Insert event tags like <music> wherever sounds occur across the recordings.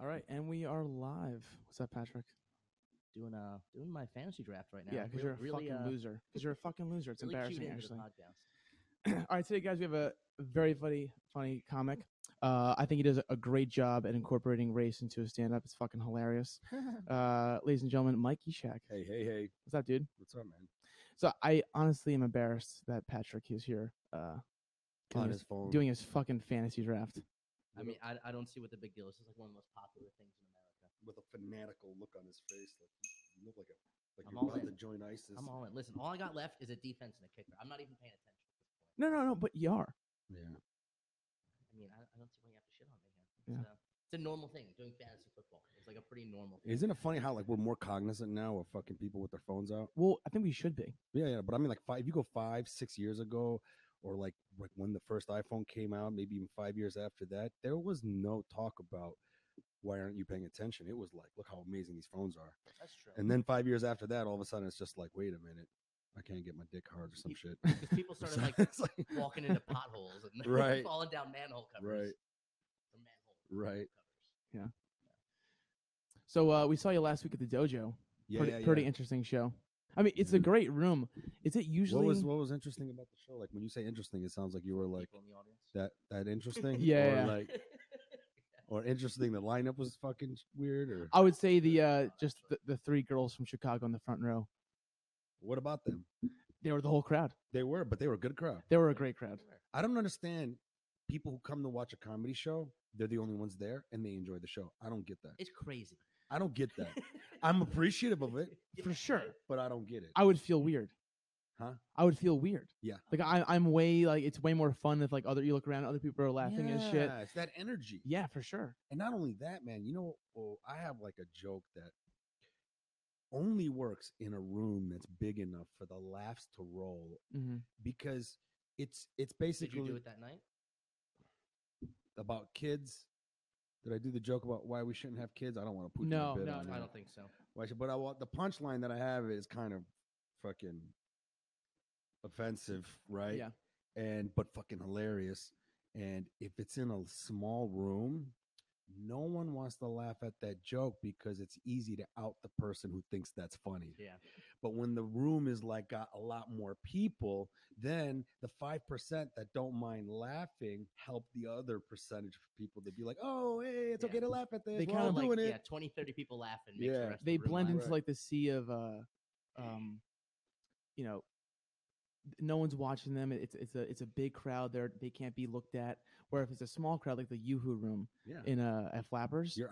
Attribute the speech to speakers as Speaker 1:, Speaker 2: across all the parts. Speaker 1: All right, and we are live. What's up, Patrick?
Speaker 2: Doing uh doing my fantasy draft right now.
Speaker 1: yeah, because
Speaker 2: Re-
Speaker 1: you're a
Speaker 2: really,
Speaker 1: fucking
Speaker 2: uh,
Speaker 1: loser. Because you're a fucking loser. It's
Speaker 2: really
Speaker 1: embarrassing,
Speaker 2: cued into
Speaker 1: actually.
Speaker 2: The podcast. <laughs>
Speaker 1: <clears throat> All right, today, guys, we have a very funny, funny comic. Uh, I think he does a great job at incorporating race into his stand-up. It's fucking hilarious. Uh, ladies and gentlemen, Mike Shack.
Speaker 3: Hey, hey, hey.
Speaker 1: What's up, dude?
Speaker 3: What's up, man?
Speaker 1: So I honestly am embarrassed that Patrick is here uh, doing, his,
Speaker 3: phone.
Speaker 1: doing his fucking fantasy draft.
Speaker 2: I
Speaker 3: <laughs>
Speaker 2: mean, I, I don't see what the big deal is. It's like one of the most popular things in America.
Speaker 3: with a fanatical look on his face. Like, you look like, a, like
Speaker 2: I'm
Speaker 3: you're
Speaker 2: all
Speaker 3: about to
Speaker 2: in.
Speaker 3: join ISIS.
Speaker 2: I'm all in. Listen, all I got left is a defense and a kicker. I'm not even paying attention at this
Speaker 1: No,
Speaker 2: point.
Speaker 1: no, no, but you are.
Speaker 3: Yeah.
Speaker 2: I mean, I, I don't see why you have to shit on me here. It's,
Speaker 1: Yeah.
Speaker 2: uh, it's a normal thing. Doing fantasy football. It's like a pretty normal thing.
Speaker 3: Isn't it funny how like we're more cognizant now of fucking people with their phones out?
Speaker 1: Well, I think we should be.
Speaker 3: Yeah, yeah. But I mean, like five. If you go five, six years ago, or like like when the first iPhone came out, maybe even five years after that, there was no talk about why aren't you paying attention. It was like, look how amazing these phones are.
Speaker 2: That's true. <laughs>
Speaker 3: And then five years after that, all of a sudden, it's just like, wait a minute, I can't get my dick hard or some shit.
Speaker 2: Because people started
Speaker 3: <laughs>
Speaker 2: like <laughs>
Speaker 3: It's like-
Speaker 2: walking into potholes and <laughs>
Speaker 3: Right.
Speaker 2: falling down manhole covers.
Speaker 3: Right.
Speaker 2: Or manhole
Speaker 3: Right.
Speaker 2: covers.
Speaker 1: So uh, we saw you last week at the dojo.
Speaker 3: Yeah,
Speaker 1: pretty,
Speaker 3: yeah,
Speaker 1: pretty
Speaker 3: yeah.
Speaker 1: interesting show. I mean, it's a
Speaker 3: Mhm.
Speaker 1: great room. Is it usually?
Speaker 3: What was what was interesting about the show? Like when you say interesting, it sounds like you were like
Speaker 2: people in the audience.
Speaker 3: that that
Speaker 1: <laughs>
Speaker 3: interesting.
Speaker 1: Yeah,
Speaker 3: Or
Speaker 1: yeah.
Speaker 3: like or interesting. The lineup was fucking weird. Or
Speaker 1: I would say the uh, just the, the three girls from Chicago in the front row.
Speaker 3: what about them?
Speaker 1: They were the whole crowd.
Speaker 3: They were, but they were a good crowd.
Speaker 1: They were a great crowd.
Speaker 3: I don't understand people who come to watch a comedy show. They're the only ones there, and they enjoy the show. I don't get that.
Speaker 2: It's crazy.
Speaker 3: I don't get
Speaker 1: <laughs>
Speaker 3: that. I'm appreciative
Speaker 2: <laughs>
Speaker 3: of it,
Speaker 1: For sure.
Speaker 3: but I don't get it.
Speaker 1: I would feel weird.
Speaker 3: Huh?
Speaker 1: I would feel weird.
Speaker 3: Yeah.
Speaker 1: Like I, I'm way like it's way more fun if like other you look around, other people are laughing and shit.
Speaker 3: Yeah, It's that energy.
Speaker 1: Yeah, for sure.
Speaker 3: And not only that, man, you know, well, I have like a joke that only works in a room that's big enough for the laughs to roll
Speaker 1: Mm-hmm.
Speaker 3: because it's it's
Speaker 2: Did you do
Speaker 3: basically
Speaker 2: it that night?
Speaker 3: about kids. Did I do the joke about why we shouldn't have kids? I don't want to put
Speaker 1: No,
Speaker 3: bit
Speaker 1: no,
Speaker 3: on
Speaker 1: no,
Speaker 2: I
Speaker 3: that.
Speaker 2: don't think so.
Speaker 3: Why should- but I want the punchline that I have is kind of fucking offensive, right?
Speaker 1: Yeah.
Speaker 3: And but fucking hilarious. And if it's in a small room, no one wants to laugh at that joke because it's easy to out the person who thinks that's funny.
Speaker 2: Yeah.
Speaker 3: But when the room is like got a lot more people, then the five percent that don't mind laughing help the other percentage of people to be like, "Oh, hey, it's
Speaker 2: Yeah.
Speaker 3: okay to laugh at this.
Speaker 1: They
Speaker 3: We're
Speaker 1: kinda
Speaker 3: all
Speaker 2: like,
Speaker 3: doing it."
Speaker 2: Yeah, 20, 30 people laughing. Makes
Speaker 3: Yeah.
Speaker 2: the rest
Speaker 1: They
Speaker 2: of the room
Speaker 1: blend
Speaker 2: laugh.
Speaker 1: into
Speaker 3: Right.
Speaker 1: like the sea of, uh, um, you know, no one's watching them. It's it's a it's a big crowd. They're they can't be looked at. Where if it's a small crowd like the YooHoo room
Speaker 3: yeah.
Speaker 1: in uh at Flappers, you're,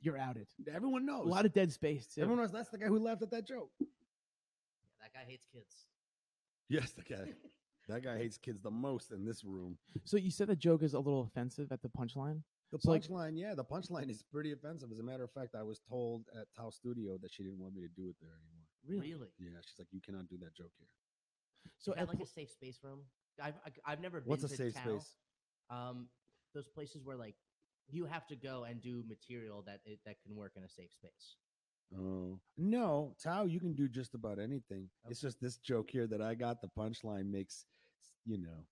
Speaker 3: You're outed.
Speaker 1: outed.
Speaker 3: Everyone
Speaker 1: A
Speaker 3: knows.
Speaker 1: lot of dead space too.
Speaker 3: Everyone knows that's the guy who laughed at that joke.
Speaker 2: Yeah, that guy hates kids.
Speaker 3: <laughs> Yes, the
Speaker 2: <laughs>
Speaker 3: guy. <laughs> that guy hates kids the most in this room.
Speaker 1: So you said the joke is a little offensive at the punchline.
Speaker 3: The
Speaker 1: So, like-
Speaker 3: punchline, yeah, the punchline is pretty offensive. As a matter of fact, I was told at Tao Studio that she didn't want me to do it there anymore.
Speaker 2: Really?
Speaker 3: Yeah, she's like, you cannot do that joke here.
Speaker 1: So
Speaker 2: Is that
Speaker 1: at
Speaker 2: like
Speaker 1: pl-
Speaker 2: a safe space room? I've, I- I've never been
Speaker 3: What's a
Speaker 2: to
Speaker 3: safe
Speaker 2: Tao.
Speaker 3: space?
Speaker 2: Um, those places where like you have to go and do material that it, that can work in a safe space.
Speaker 3: Oh no, Tao, you can do just about anything. It's
Speaker 2: Okay.
Speaker 3: just this joke here that I got. The punchline makes, you know,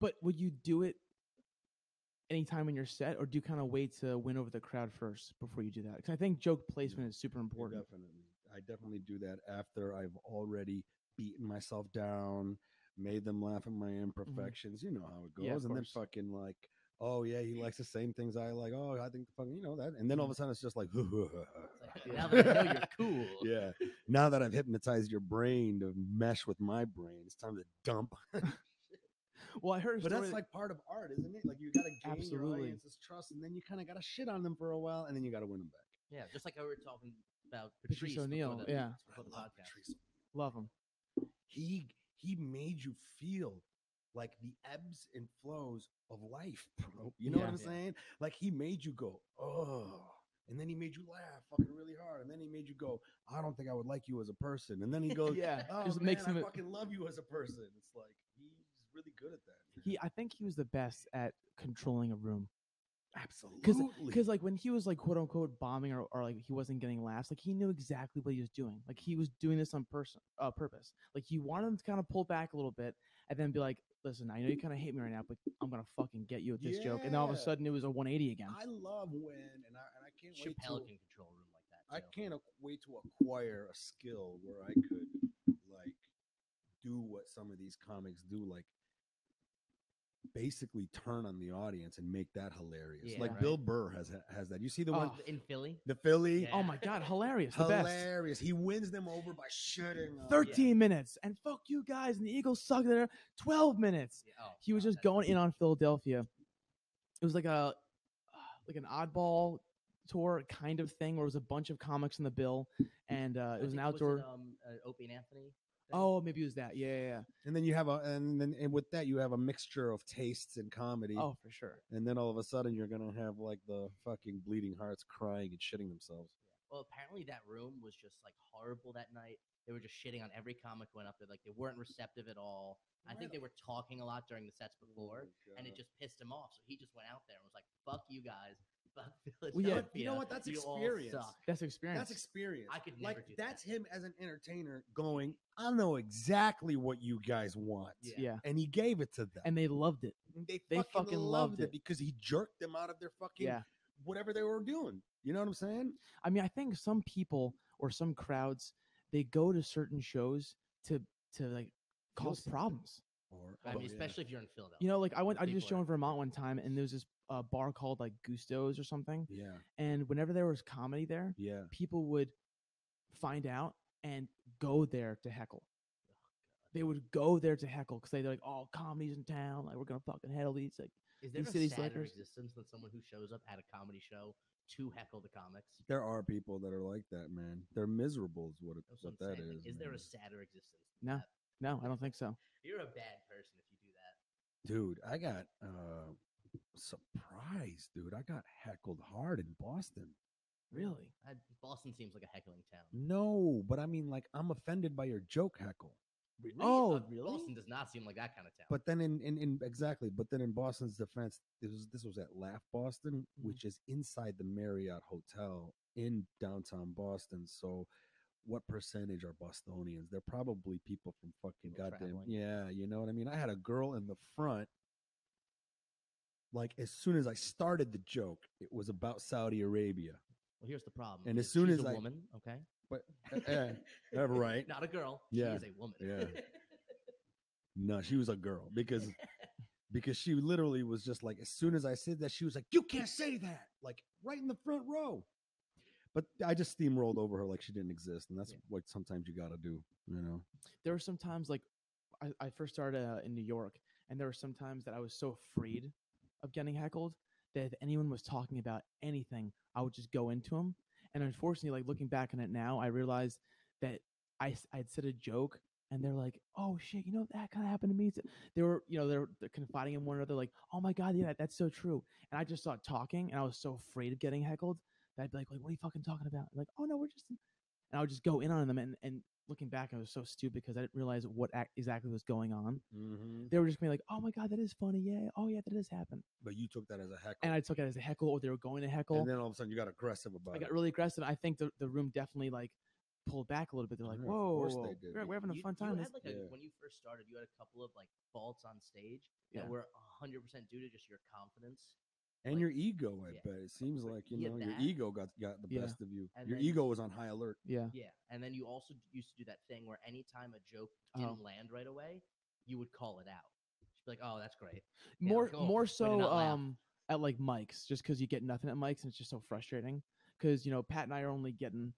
Speaker 1: but would you do it anytime in your set, or do you kind of wait to win over the crowd first before you do that? Because I think joke placement is super
Speaker 3: I
Speaker 1: important.
Speaker 3: definitely. I definitely do that after I've already beaten myself down, made them laugh at my imperfections. You know how it goes,
Speaker 1: Yeah, of
Speaker 3: and then
Speaker 1: course.
Speaker 3: fucking like, oh yeah, he likes the same things I like. Oh, I think fucking, you know that, and then all of a sudden it's just like, <laughs>
Speaker 2: It's like, now that I know you're cool.
Speaker 3: yeah. Now that I've hypnotized your brain to mesh with my brain, it's time to dump.
Speaker 1: Well, I heard, a
Speaker 3: But
Speaker 1: story
Speaker 3: that's
Speaker 1: that-
Speaker 3: like part of art, isn't it? Like you gotta gain
Speaker 1: Absolutely.
Speaker 3: your audience's trust, and then you kind of gotta shit on them for a while, and then you gotta win them back.
Speaker 2: Yeah, just like I were talking about
Speaker 1: Patrice
Speaker 2: Patrice before
Speaker 1: O'Neal,
Speaker 2: the-
Speaker 1: yeah.
Speaker 3: That's
Speaker 2: before
Speaker 3: what
Speaker 2: the
Speaker 3: I love,
Speaker 2: podcast.
Speaker 3: Patrice.
Speaker 1: love them.
Speaker 3: he he made you feel like the ebbs and flows of life, bro. You know
Speaker 1: Yeah.
Speaker 3: what I'm
Speaker 2: Yeah.
Speaker 3: saying? Like he made you go, oh, and then he made you laugh fucking really hard, and then he made you go, I don't think I would like you as a person, and then he goes,
Speaker 1: Yeah,
Speaker 3: oh
Speaker 1: just
Speaker 3: man,
Speaker 1: makes
Speaker 3: I
Speaker 1: him. a-
Speaker 3: fucking love you as a person. It's like he's really good at that.
Speaker 1: He, I think he was the best at controlling a room.
Speaker 3: absolutely
Speaker 1: Because like when he was like quote unquote bombing or, or like he wasn't getting laughs, like he knew exactly what he was doing. Like he was doing this on person uh, purpose. Like he wanted him to kind of pull back a little bit and then be like, listen, I know you kind of hate me right now, but I'm gonna fucking get you with this joke. And all of a
Speaker 3: Yeah.
Speaker 1: sudden, it was a 180 again.
Speaker 3: I love when, and I, and I can't wait
Speaker 2: Chappelle
Speaker 3: to-
Speaker 2: can control a room like that.
Speaker 3: I
Speaker 2: too.
Speaker 3: can't ac- wait to acquire a skill where I could like do what some of these comics do, like basically turn on the audience and make that hilarious.
Speaker 2: Yeah,
Speaker 3: like
Speaker 2: right.
Speaker 3: Bill Burr has that- has that. You see the one,
Speaker 1: Oh,
Speaker 2: in Philly.
Speaker 3: the Philly,
Speaker 2: yeah.
Speaker 1: Oh my
Speaker 3: <laughs>
Speaker 1: god, hilarious! The best.
Speaker 3: hilarious. He wins them over by shitting. on-
Speaker 1: 13 minutes, and fuck you guys, and the Eagles suck. There, 12 minutes.
Speaker 2: Yeah, oh,
Speaker 1: He was
Speaker 2: God,
Speaker 1: just
Speaker 2: that-
Speaker 1: going in on Philadelphia. It was like a like an oddball tour kind of thing, where it was a bunch of comics in the bill, and uh,
Speaker 2: I
Speaker 1: it was an
Speaker 2: think-
Speaker 1: outdoor.
Speaker 2: um, uh, Opie and Anthony. thing?
Speaker 1: Oh, maybe it was that. Yeah, yeah,
Speaker 3: And then you have a, and then and with that you have a mixture of tastes and comedy.
Speaker 1: yeah. Oh, for sure.
Speaker 3: And then all of a sudden you're gonna have like the fucking bleeding hearts crying and shitting themselves.
Speaker 2: Well, apparently that room was just like horrible that night. They were just shitting on every comic who went up there. Like they weren't receptive at all. I think they were talking a lot during the sets before, and it just pissed him off. So he just went out there and was like, "Fuck you guys, <laughs> fuck
Speaker 1: Well, yeah.
Speaker 2: Philadelphia."
Speaker 3: You know what? That's
Speaker 2: you all
Speaker 3: experience.
Speaker 2: suck."
Speaker 1: That's experience.
Speaker 3: That's experience.
Speaker 2: I could
Speaker 3: like
Speaker 2: never do that.
Speaker 3: that's him as an entertainer going, I know exactly what you guys want.
Speaker 2: Yeah.
Speaker 1: yeah,
Speaker 3: And he gave it to them.
Speaker 1: and they loved it.
Speaker 3: they,
Speaker 1: they fucking loved it.
Speaker 3: because he jerked them out of their fucking
Speaker 1: Yeah.
Speaker 3: whatever they were doing. You know what I'm saying?
Speaker 1: I mean, I think some people or some crowds they go to certain shows to to like cause
Speaker 3: Guilty.
Speaker 1: problems.
Speaker 3: Or
Speaker 2: I
Speaker 3: oh,
Speaker 2: mean,
Speaker 3: yeah.
Speaker 2: especially if you're in Philadelphia.
Speaker 1: You know, like I went, I did a
Speaker 2: People
Speaker 1: show
Speaker 2: are-
Speaker 1: in Vermont one time, and there was this uh, bar called like Gusto's or something.
Speaker 3: Yeah.
Speaker 1: And whenever there was comedy there,
Speaker 3: Yeah.
Speaker 1: people would find out and go there to heckle. They would go there to heckle because they're like, "Oh, comedy's in town. Like, we're gonna fucking heckle these." Like,
Speaker 2: is there
Speaker 1: these
Speaker 2: a
Speaker 1: city
Speaker 2: sadder
Speaker 1: slickers.
Speaker 2: existence than someone who shows up at a comedy show to heckle the comics?
Speaker 3: There are people that are like that, man. They're miserable is what it,
Speaker 2: That's
Speaker 3: what
Speaker 2: what I'm
Speaker 3: that
Speaker 2: saying.
Speaker 3: is.
Speaker 2: Like, is there
Speaker 3: man.
Speaker 2: a sadder existence? than
Speaker 1: No.
Speaker 2: that?
Speaker 1: no, I don't think so.
Speaker 2: You're a bad person if you do that.
Speaker 3: dude, I got uh surprised, dude. I got heckled hard in Boston.
Speaker 1: Really?
Speaker 2: I, Boston seems like a heckling town.
Speaker 3: No, but I mean like I'm offended by your joke heckle.
Speaker 1: Oh,
Speaker 2: Uh,
Speaker 1: really?
Speaker 2: Boston does not seem like that kind of town.
Speaker 3: But then in, in, in exactly, but then in Boston's defense, this was this was at Laugh Boston,
Speaker 1: Mhm.
Speaker 3: which is inside the Marriott Hotel in downtown Boston. So what percentage are Bostonians? They're probably people from fucking
Speaker 2: People
Speaker 3: goddamn
Speaker 2: traveling.
Speaker 3: yeah, you know what I mean? I had a girl in the front. Like as soon as I started the joke, it was about Saudi Arabia.
Speaker 2: well, here's the problem.
Speaker 3: and as
Speaker 2: is
Speaker 3: soon
Speaker 2: she's
Speaker 3: as
Speaker 2: a
Speaker 3: I-
Speaker 2: woman, okay,
Speaker 3: But eh, eh, eh,
Speaker 2: <laughs>
Speaker 3: right.
Speaker 2: not a girl.
Speaker 3: Yeah,
Speaker 2: she is a woman. <laughs>
Speaker 3: yeah. No, she was a girl because because she literally was just like as soon as I said that she was like you can't say that like right in the front row. But I just steamrolled over her like she didn't exist, and that's
Speaker 2: Yeah.
Speaker 3: what sometimes you got to do, you know.
Speaker 1: there were some times like I, I first started uh, in New York, and there were some times that I was so afraid of getting heckled that if anyone was talking about anything, I would just go into them. And unfortunately, like looking back on it now, I realized that I s- I'd said a joke, and they're like, "Oh shit, you know that kind of happened to me." too." They were, you know, they're, they're confiding in one another, like, "Oh my god, yeah, that's so true." And I just started talking, and I was so afraid of getting heckled that I'd be like, "Like, what are you fucking talking about?" Like, "Oh no, we're just," in-" and I would just go in on them, and and looking back, I was so stupid because I didn't realize what ac- exactly was going on.
Speaker 3: Mm-hmm.
Speaker 1: They were just gonna be like, "Oh my god, that is funny, yeah, oh yeah, that does happen,"
Speaker 3: But you took that as a heckle,
Speaker 1: and I took it as a heckle, or they were going to heckle.
Speaker 3: and then all of a sudden you got aggressive about
Speaker 1: I
Speaker 3: it.
Speaker 1: got really aggressive. I think the, the room definitely like pulled back a little bit. They're like,
Speaker 3: Yeah, of
Speaker 1: "Whoa,
Speaker 3: course
Speaker 1: whoa,
Speaker 3: they
Speaker 1: whoa,
Speaker 3: did.
Speaker 1: We're, we're having a
Speaker 2: You-
Speaker 1: fun
Speaker 2: you
Speaker 1: time."
Speaker 2: had,
Speaker 1: This-
Speaker 2: like, a-
Speaker 3: Yeah.
Speaker 2: when you first started, you had a couple of like faults on stage
Speaker 1: Yeah.
Speaker 2: that were 100 percent due to just your confidence.
Speaker 3: and
Speaker 2: like-
Speaker 3: your ego, I
Speaker 2: yeah.
Speaker 3: bet it seems
Speaker 2: But
Speaker 3: like you
Speaker 2: yeah,
Speaker 3: know
Speaker 2: that-
Speaker 3: your ego got got the
Speaker 1: Yeah.
Speaker 3: best of you.
Speaker 2: And
Speaker 3: your
Speaker 2: then-
Speaker 3: ego was on high alert.
Speaker 1: yeah,
Speaker 2: Yeah, and then you also d- used to do that thing where anytime a joke
Speaker 1: Oh.
Speaker 3: Uh-huh.
Speaker 2: didn't land right away, you would call it out. You'd be like, "Oh, that's great." Yeah,
Speaker 1: more
Speaker 2: go. Way
Speaker 1: more
Speaker 2: to not
Speaker 1: so
Speaker 2: laugh.
Speaker 1: um at like mics, just because you get nothing at mics, and it's just so frustrating. Because you know, Pat and I are only getting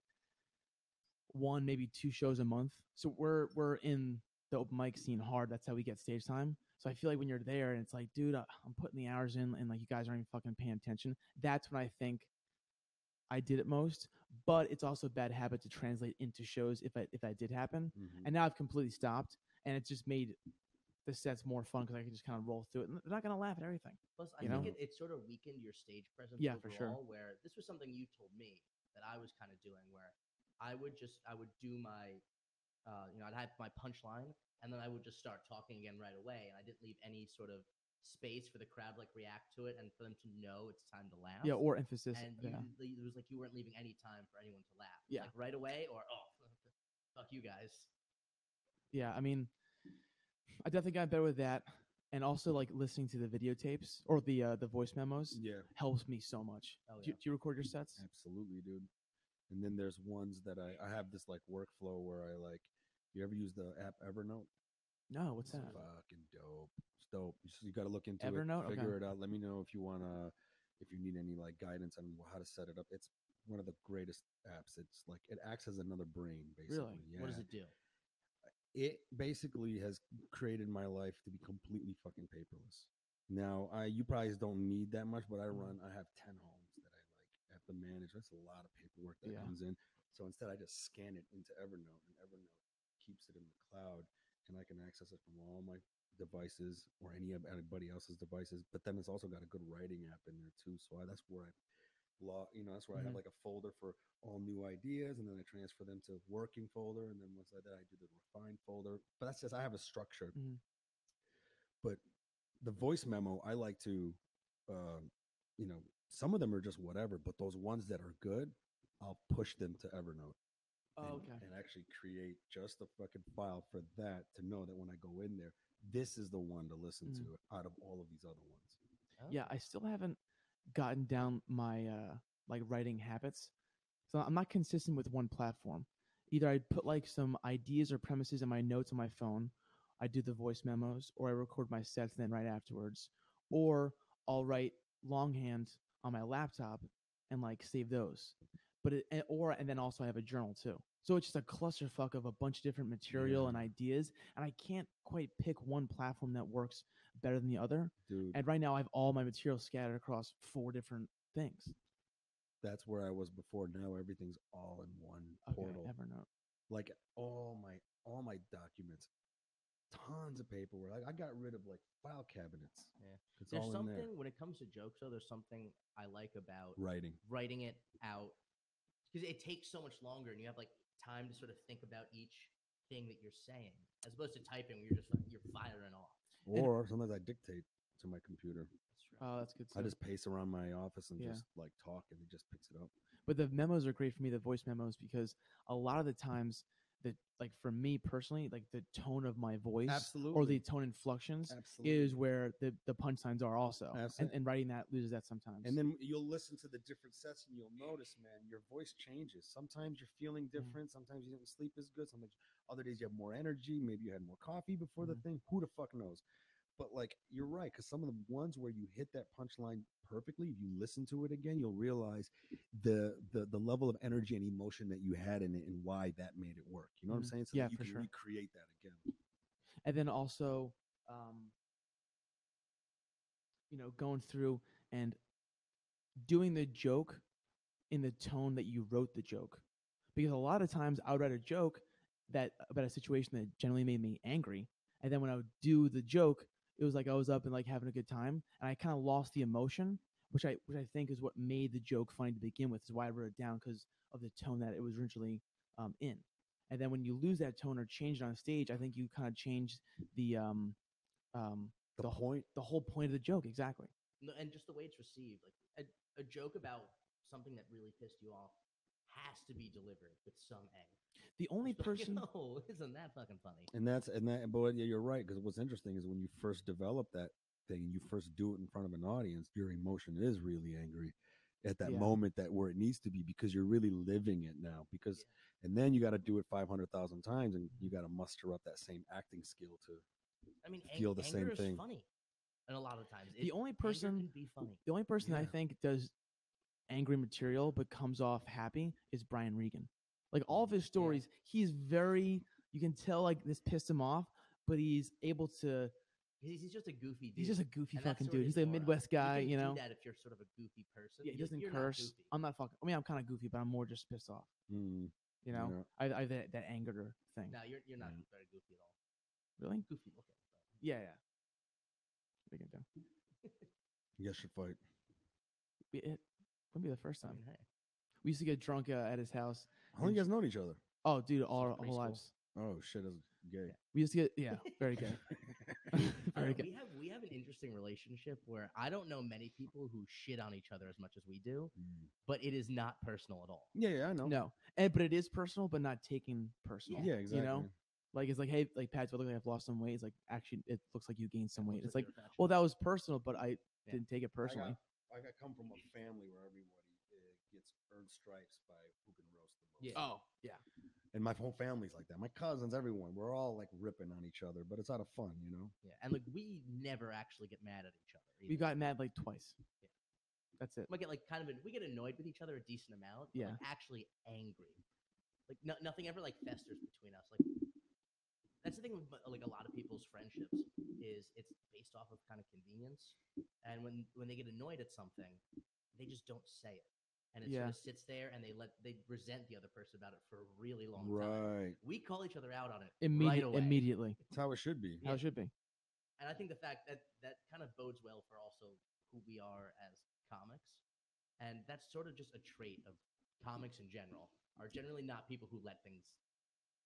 Speaker 1: one, maybe two shows a month, so we're we're in the open mic scene hard. That's how we get stage time. So I feel like when you're there and it's like, dude, I- I'm putting the hours in, and like you guys aren't even fucking paying attention. That's when I think I did it most. But it's also a bad habit to translate into shows if I if that did happen. and now I've completely stopped, and it's just made the sets more fun because I can just kind of roll through it. And they're not gonna laugh at everything.
Speaker 2: Plus, I
Speaker 1: You
Speaker 2: think
Speaker 3: know?
Speaker 2: it, it sort of weakened your stage presence.
Speaker 1: Yeah, for
Speaker 2: overall,
Speaker 1: sure.
Speaker 2: Where this was something you told me that I was kind of doing, where I would just I would do my, uh, you know, I'd have my punchline, and then I would just start talking again right away, and I didn't leave any sort of space for the crowd to, like react to it and for them to know it's time to laugh.
Speaker 1: Yeah, or emphasis.
Speaker 2: and
Speaker 1: yeah.
Speaker 2: you, didn't- it was like you weren't leaving any time for anyone to laugh. It was
Speaker 1: Yeah.
Speaker 2: like right away or oh, <laughs> fuck you guys.
Speaker 1: yeah, I mean, I definitely got better with that. and also like listening to the videotapes or the uh, the voice memos
Speaker 3: Yeah,
Speaker 1: helps me so much.
Speaker 2: Mm-hmm. Oh,
Speaker 1: Do, you,
Speaker 2: yeah.
Speaker 1: do you record your sets?
Speaker 3: absolutely, dude. And then there's ones that I, I have this like workflow where I like, you ever use the app Evernote?
Speaker 1: No, what's
Speaker 3: It's
Speaker 1: that?
Speaker 3: Fucking dope. It's dope. You, just, you got to look into
Speaker 1: Evernote?
Speaker 3: it,
Speaker 1: Okay.
Speaker 3: figure it out. Let me know if you wanna, if you need any like guidance on how to set it up. It's one of the greatest apps. It's like it acts as another brain, basically. Yeah.
Speaker 2: What does it do?
Speaker 3: it basically has created my life to be completely fucking paperless. Now, I you probably don't need that much, but I
Speaker 1: Mm-hmm.
Speaker 3: run. I have ten homes that I like have to manage. That's a lot of paperwork that
Speaker 1: Yeah.
Speaker 3: comes in. So instead, I just scan it into Evernote, and Evernote keeps it in the cloud, and I can access it from all my devices or any of anybody else's devices. But then it's also got a good writing app in there too. So I, that's where I log. You know, that's where
Speaker 1: Mhm.
Speaker 3: I have like a folder for all new ideas, and then I transfer them to working folder, and then once I did, I do the refined folder. But that's just I have a structure.
Speaker 1: Mhm.
Speaker 3: But the voice memo, I like to, uh, you know, some of them are just whatever, but those ones that are good, I'll push them to Evernote and,
Speaker 1: Oh, okay.
Speaker 3: and actually create just a fucking file for that to know that when I go in there, this is the one to listen
Speaker 1: Mhm.
Speaker 3: to out of all of these other ones.
Speaker 1: Yeah, I still haven't gotten down my uh like writing habits. So I'm not consistent with one platform. Either I put like some ideas or premises in my notes on my phone, I do the voice memos, or I record my sets and then write afterwards, or I'll write longhand on my laptop and like save those. But it, and- or and then also I have a journal too. So it's just a clusterfuck of a bunch of different material and ideas, and I can't quite pick one platform that works better than the other.
Speaker 3: Dude,
Speaker 1: And right now, I have all my material scattered across four different things.
Speaker 3: that's where I was before. Now everything's all in one
Speaker 1: Okay,
Speaker 3: portal.
Speaker 1: Evernote.
Speaker 3: like all my all my documents, tons of paperwork. Like I got rid of like file cabinets.
Speaker 2: Yeah.
Speaker 3: it's
Speaker 2: there's
Speaker 3: all in
Speaker 2: something
Speaker 3: there.
Speaker 2: when it comes to jokes though. There's something I like about
Speaker 3: Writing.
Speaker 2: writing it out because it takes so much longer, and you have like time to sort of think about each thing that you're saying, as opposed to typing where you're just like, you're firing off.
Speaker 3: Or sometimes I dictate to my computer.
Speaker 1: Oh, that's good.
Speaker 3: I
Speaker 1: too.
Speaker 3: just pace around my office and
Speaker 1: Yeah.
Speaker 3: just like talk, and it just picks it up.
Speaker 1: but the memos are great for me, the voice memos, because a lot of the times, the like for me personally, like the tone of my voice
Speaker 3: Absolutely.
Speaker 1: or the tone inflections
Speaker 3: Absolutely.
Speaker 1: is where the the punchlines are also. And,
Speaker 3: Absolute-
Speaker 1: and writing that loses that sometimes.
Speaker 3: And then you'll listen to the different sets and you'll notice, man, your voice changes. Sometimes you're feeling
Speaker 1: Mm-hmm.
Speaker 3: different. Sometimes you didn't sleep as good. Sometimes other days you have more energy. Maybe you had more coffee before
Speaker 1: Mhm.
Speaker 3: the thing. Who the fuck knows? But like you're right, because some of the ones where you hit that punchline perfectly, if you listen to it again, you'll realize the the the level of energy and emotion that you had in it and why that made it work. You know what
Speaker 1: Mhm.
Speaker 3: I'm saying? So
Speaker 1: Yeah,
Speaker 3: that you
Speaker 1: for
Speaker 3: can
Speaker 1: sure.
Speaker 3: recreate that again.
Speaker 1: and then also um, you know going through and doing the joke in the tone that you wrote the joke because a lot of times i would write a joke that about a situation that generally made me angry and then when i would do the joke it was like i was up and like having a good time and i kind of lost the emotion which i which i think is what made the joke funny to begin with is why i wrote it down because of the tone that it was originally um, in and then when you lose that tone or change it on stage i think you kind of change the um um
Speaker 3: The,
Speaker 1: The-
Speaker 3: point.
Speaker 1: the whole point of the joke exactly
Speaker 2: No, and just the way it's received, like a, a joke about something that really pissed you off has to be delivered with some egg.
Speaker 1: the only
Speaker 2: <laughs> Like,
Speaker 1: person
Speaker 2: "Yo, isn't that fucking funny?
Speaker 3: And that's and that, but yeah, you're right. Because what's interesting is when you first develop that thing, and you first do it in front of an audience, your emotion is really angry at that
Speaker 1: Yeah.
Speaker 3: moment that where it needs to be because you're really living it now. Because and then you got to do it five hundred thousand times, and you got to muster up that same acting skill to
Speaker 2: I mean, ang-
Speaker 3: Feel the
Speaker 2: anger
Speaker 3: same
Speaker 2: is
Speaker 3: thing.
Speaker 2: funny, and a lot of times
Speaker 1: the
Speaker 2: it-
Speaker 1: only
Speaker 2: anger can
Speaker 1: person
Speaker 2: be funny.
Speaker 1: the only person i
Speaker 3: Yeah.
Speaker 1: think does angry material but comes off happy is brian regan like all of his stories he's very you can tell like this pissed him off but he's able to
Speaker 2: He's, he's just a goofy dude.
Speaker 1: he's just a goofy
Speaker 2: and that's
Speaker 1: fucking dude
Speaker 2: sort of his
Speaker 1: he's like a
Speaker 2: aura.
Speaker 1: midwest guy
Speaker 2: can
Speaker 1: you
Speaker 2: do
Speaker 1: know
Speaker 2: that if you're sort of a goofy person.
Speaker 1: yeah he
Speaker 2: You-
Speaker 1: doesn't
Speaker 2: you're not
Speaker 1: curse
Speaker 2: goofy.
Speaker 1: i'm not fucking i mean i'm kind of goofy but i'm more just pissed off
Speaker 3: Mm,
Speaker 1: you know
Speaker 3: yeah.
Speaker 1: i, I have that, that anger thing
Speaker 2: No, you're you're not
Speaker 3: Yeah.
Speaker 2: very goofy at all.
Speaker 1: really
Speaker 2: Goofy looking. but-
Speaker 1: Yeah, yeah. We can do.
Speaker 3: You guys should fight.
Speaker 1: We, it wouldn't be the first
Speaker 2: I
Speaker 1: time.
Speaker 2: mean, hey.
Speaker 1: We used to get drunk uh, at his house.
Speaker 3: How long you guys known each other?
Speaker 1: Oh, dude, all our
Speaker 2: Since
Speaker 1: our whole
Speaker 2: preschool.
Speaker 1: lives.
Speaker 3: Oh shit, is gay. <laughs>
Speaker 1: We used to get
Speaker 2: <laughs>
Speaker 1: yeah, very good,
Speaker 2: I
Speaker 1: <laughs> very good.
Speaker 2: don't know, We have we have an interesting relationship where I don't know many people who shit on each other as much as we do,
Speaker 3: Mm.
Speaker 2: but it is not personal at all.
Speaker 3: Yeah, yeah, I know.
Speaker 1: No, and but it is personal, but not taken personal.
Speaker 3: Yeah, exactly.
Speaker 1: You know, Like it's like, hey, like Pat, do I look like I've lost some weight? It's like actually, it looks like you gained some weight.
Speaker 2: Looks
Speaker 1: It's like,
Speaker 2: you're a fat
Speaker 1: well,
Speaker 2: chick.
Speaker 1: that was personal, but I
Speaker 2: Yeah.
Speaker 1: didn't take it personally.
Speaker 3: I, got, I got come from a family where everybody uh, gets earned stripes by who can roast the most.
Speaker 2: Yeah.
Speaker 1: Oh
Speaker 2: yeah.
Speaker 3: And my whole family's like that. My cousins, everyone, we're all like ripping on each other, but it's out of fun, you know.
Speaker 2: Yeah, and like we never actually get mad at each other.
Speaker 1: we
Speaker 2: either.
Speaker 1: got mad like twice.
Speaker 2: Yeah.
Speaker 1: That's it.
Speaker 2: we might get like kind of an- we get annoyed with each other a decent amount. but, like, actually angry. Like no, nothing ever like festers between us. Like that's the thing with like a lot of people's friendships is it's based off of kind of convenience, and when when they get annoyed at something, they just don't say it, and it
Speaker 1: Yeah.
Speaker 2: sort of sits there and they let they resent the other person about it for a really long time.
Speaker 3: Right.
Speaker 2: We call each other out on it
Speaker 1: Immediate,
Speaker 2: right away.
Speaker 1: Immediately.
Speaker 3: That's how it should be.
Speaker 1: How
Speaker 2: Yeah.
Speaker 1: it should be.
Speaker 2: and I think the fact that that kind of bodes well for also who we are as comics, and that's sort of just a trait of comics in general. Are generally not people who let things,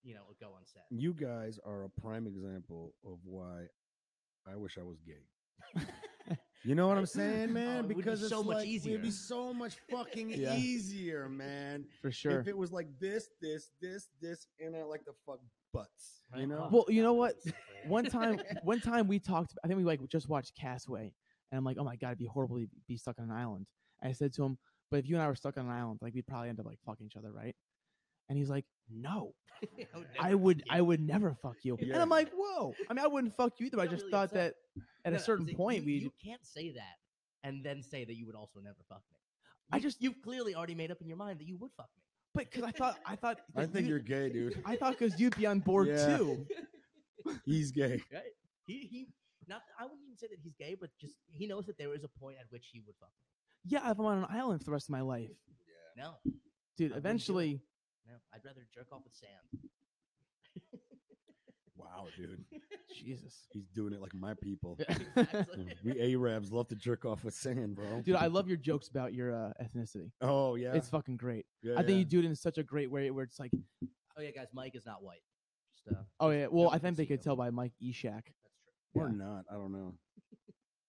Speaker 2: you know, go unsaid.
Speaker 3: You guys are a prime example of why I wish I was gay.
Speaker 2: <laughs>
Speaker 3: You know what I'm saying, man?
Speaker 2: Oh, it would be
Speaker 3: because it's
Speaker 2: so much
Speaker 3: like, It'd
Speaker 2: easier.
Speaker 3: be
Speaker 2: <laughs>
Speaker 3: so much fucking
Speaker 1: Yeah.
Speaker 3: easier, man.
Speaker 1: For sure.
Speaker 3: If it was like this, this, this, this, and I like the fuck butts, you know?
Speaker 1: Well, you know what? one
Speaker 2: <laughs>
Speaker 1: time one time we talked i think we like just watched castaway and i'm like oh my god it'd be horrible to be stuck on an island i said to him but if you and i were stuck on an island like we'd probably end up like fucking each other right and he's like no i would i would never fuck you and
Speaker 3: Yeah.
Speaker 1: i'm like whoa i mean i wouldn't fuck you either but i
Speaker 2: Got
Speaker 1: just
Speaker 2: really
Speaker 1: thought
Speaker 2: upset.
Speaker 1: that at a certain point we
Speaker 2: you can't say that and then say that you would also never fuck me.
Speaker 1: I
Speaker 2: You-
Speaker 1: just-
Speaker 2: you've clearly already made up in your mind that you would fuck me.
Speaker 1: but because i thought i thought
Speaker 3: I
Speaker 1: that
Speaker 3: think
Speaker 1: you-
Speaker 3: you're gay, dude.
Speaker 1: i thought because you'd be on board
Speaker 3: Yeah.
Speaker 1: too
Speaker 3: He's gay.
Speaker 2: <laughs> He he. Not I wouldn't even say that he's gay, but just he knows that there is a point at which he would fuck me.
Speaker 1: yeah if i'm on an island for the rest of my life
Speaker 2: No,
Speaker 1: dude
Speaker 2: I wouldn't do it.
Speaker 1: eventually
Speaker 2: no, I'd rather jerk off with sand.
Speaker 1: <laughs>
Speaker 2: <laughs>
Speaker 3: Wow, dude.
Speaker 1: jesus
Speaker 3: He's doing it like my
Speaker 2: <laughs>
Speaker 3: people.
Speaker 1: Hmm.
Speaker 2: Exactly.
Speaker 3: we Arabs love to jerk off with sand, bro.
Speaker 1: dude i love your jokes about your uh, ethnicity
Speaker 3: Oh yeah,
Speaker 1: it's fucking great
Speaker 3: yeah,
Speaker 1: I think
Speaker 3: yeah.
Speaker 1: you do it in such a great way where it's like,
Speaker 2: oh yeah, guys, Mike is not white. Just uh,
Speaker 1: oh yeah, well,
Speaker 2: Yeah,
Speaker 1: I think they
Speaker 2: see
Speaker 1: could
Speaker 2: you.
Speaker 1: tell by Mike Eshak,
Speaker 2: that's true.
Speaker 3: We're
Speaker 1: yeah.
Speaker 3: not. I don't know.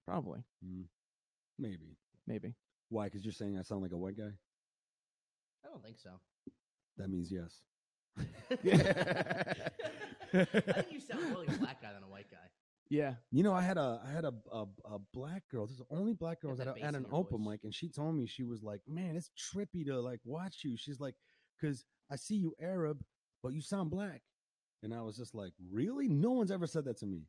Speaker 1: probably,
Speaker 3: Mm. Maybe.
Speaker 1: maybe.
Speaker 3: Why? Because you're saying I sound like a white guy.
Speaker 2: I don't think so.
Speaker 3: That means yes.
Speaker 2: <laughs> I think you sound more like a black guy than a white guy.
Speaker 1: Yeah,
Speaker 3: You know, I had a I had a a, a black girl. This is the only black girl
Speaker 2: Got
Speaker 3: that
Speaker 2: that
Speaker 3: I-
Speaker 2: bass
Speaker 3: at
Speaker 2: in
Speaker 3: an
Speaker 2: your
Speaker 3: open
Speaker 2: voice.
Speaker 3: mic, and she told me she was like, "Man, it's trippy to like watch you." She's like, "Cause I see you Arab, but you sound black," and I was just like, "Really? No one's ever said that to me."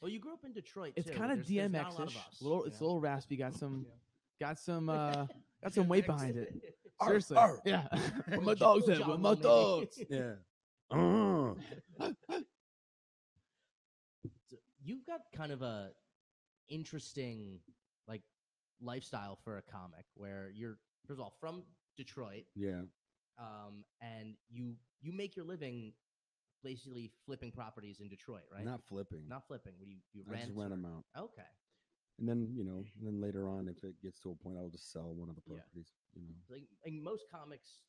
Speaker 2: Well, you grew up in Detroit.
Speaker 1: it's
Speaker 2: too.
Speaker 1: kind of
Speaker 2: There's- there's not a
Speaker 1: DMX
Speaker 2: lot of
Speaker 1: ish.
Speaker 2: us,
Speaker 1: Little,
Speaker 2: you
Speaker 1: it's a
Speaker 2: know?
Speaker 1: little raspy. Got some, got some,
Speaker 2: <laughs>
Speaker 1: uh, got some weight behind it.
Speaker 3: Arr,
Speaker 1: Seriously,
Speaker 3: arr.
Speaker 1: <laughs> yeah. Where my
Speaker 2: Little
Speaker 1: dogs
Speaker 2: oh, John
Speaker 1: at? Where my <laughs>
Speaker 2: Mulaney. <laughs>
Speaker 1: dogs?
Speaker 3: <laughs> Yeah. Uh,
Speaker 2: So You've got kind of a interesting like lifestyle for a comic where you're first of all from Detroit,
Speaker 3: yeah.
Speaker 2: um, and you you make your living basically flipping properties in Detroit, right?
Speaker 3: Not flipping.
Speaker 2: Not flipping. What do you you
Speaker 3: I
Speaker 2: rent?
Speaker 3: just rent
Speaker 2: or-
Speaker 3: them out,
Speaker 2: Okay.
Speaker 3: and then you know, and then later on, if it gets to a point, I'll just sell one of the
Speaker 2: Yeah.
Speaker 3: properties. You know.
Speaker 2: Like, like most comics,